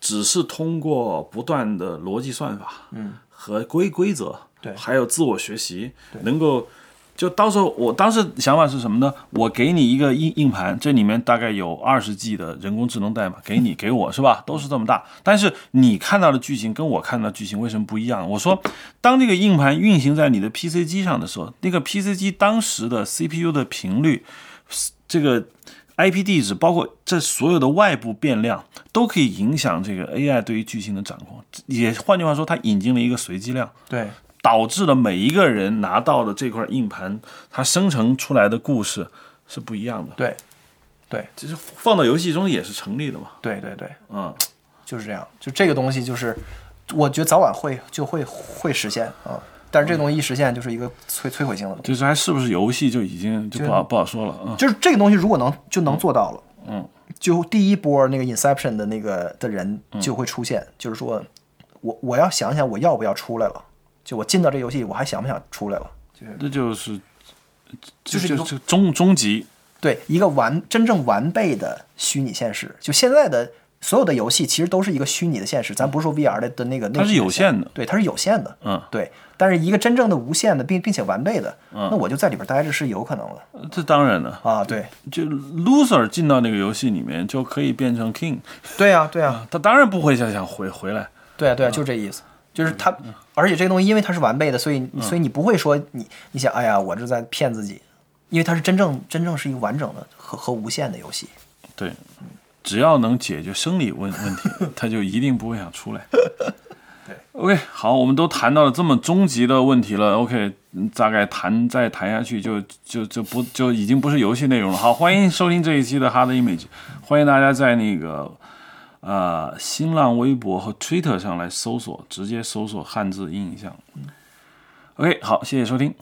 S1: 只是通过不断的逻辑算法，嗯，和规规则，
S2: 对
S1: 还有自我学习，能够就到时候我当时想法是什么呢？我给你一个硬硬盘，这里面大概有二十 G 的人工智能代码，给你给我是吧？都是这么大，但是你看到的剧情跟我看到的剧情为什么不一样？我说，当这个硬盘运行在你的 PC 机上的时候，那个 PC 机当时的 CPU 的频率，这个 IP 地址，包括这所有的外部变量，都可以影响这个 AI 对于剧情的掌控。也换句话说，它引进了一个随机量，
S2: 对
S1: 导致了每一个人拿到的这块硬盘，它生成出来的故事是不一样的。
S2: 对
S1: 其实放到游戏中也是成立的嘛。
S2: 对对对，
S1: 嗯，
S2: 就是这样。就这个东西，就是我觉得早晚会就会会实现啊。但是这个东西一实现，就是一个摧摧毁性的东西。
S1: 就是还是不是游戏就已经就不好不好说了啊。
S2: 就是这个东西如果能就能做到了，嗯，就第一波那个 Inception 的那个的人
S1: 嗯
S2: 就会出现，就是说我我要想想我要不要出来了，就我进到这游戏我还想不想出来了？
S1: 那就是
S2: 就是
S1: 就
S2: 一个
S1: 就终终极
S2: 对，一个完真正完备的虚拟现实，就现在的所有的游戏其实都是一个虚拟的现实，咱不是说 VR 的的那个，那
S1: 它是有限的
S2: 对，它是有限的，
S1: 嗯，
S2: 对，但是一个真正的无限的并并且完备的，那我就在里边待着是有可能的
S1: 呃这当然了，
S2: 啊，对，
S1: 就 loser 进到那个游戏里面就可以变成 king，
S2: 对呀、对呀、啊
S1: 他当然不会想想回回来。
S2: 对啊，对啊，就这意思。就是它，而且这个东西因为它是完备的，所以所以你不会说你你想，哎呀，我这在骗自己，因为它是真正真正是一个完整的和和无限的游戏。
S1: 对，只要能解决生理问问题，他就一定不会想出来。OK，好，我们都谈到了这么终极的问题了。OK，嗯大概谈再谈下去就就就不就已经不是游戏内容了。好，欢迎收听这一期的 Hard Image，欢迎大家在那个呃新浪微博和 Twitter 嗯上来搜索，直接搜索汉字音影像。OK，好，谢谢收听。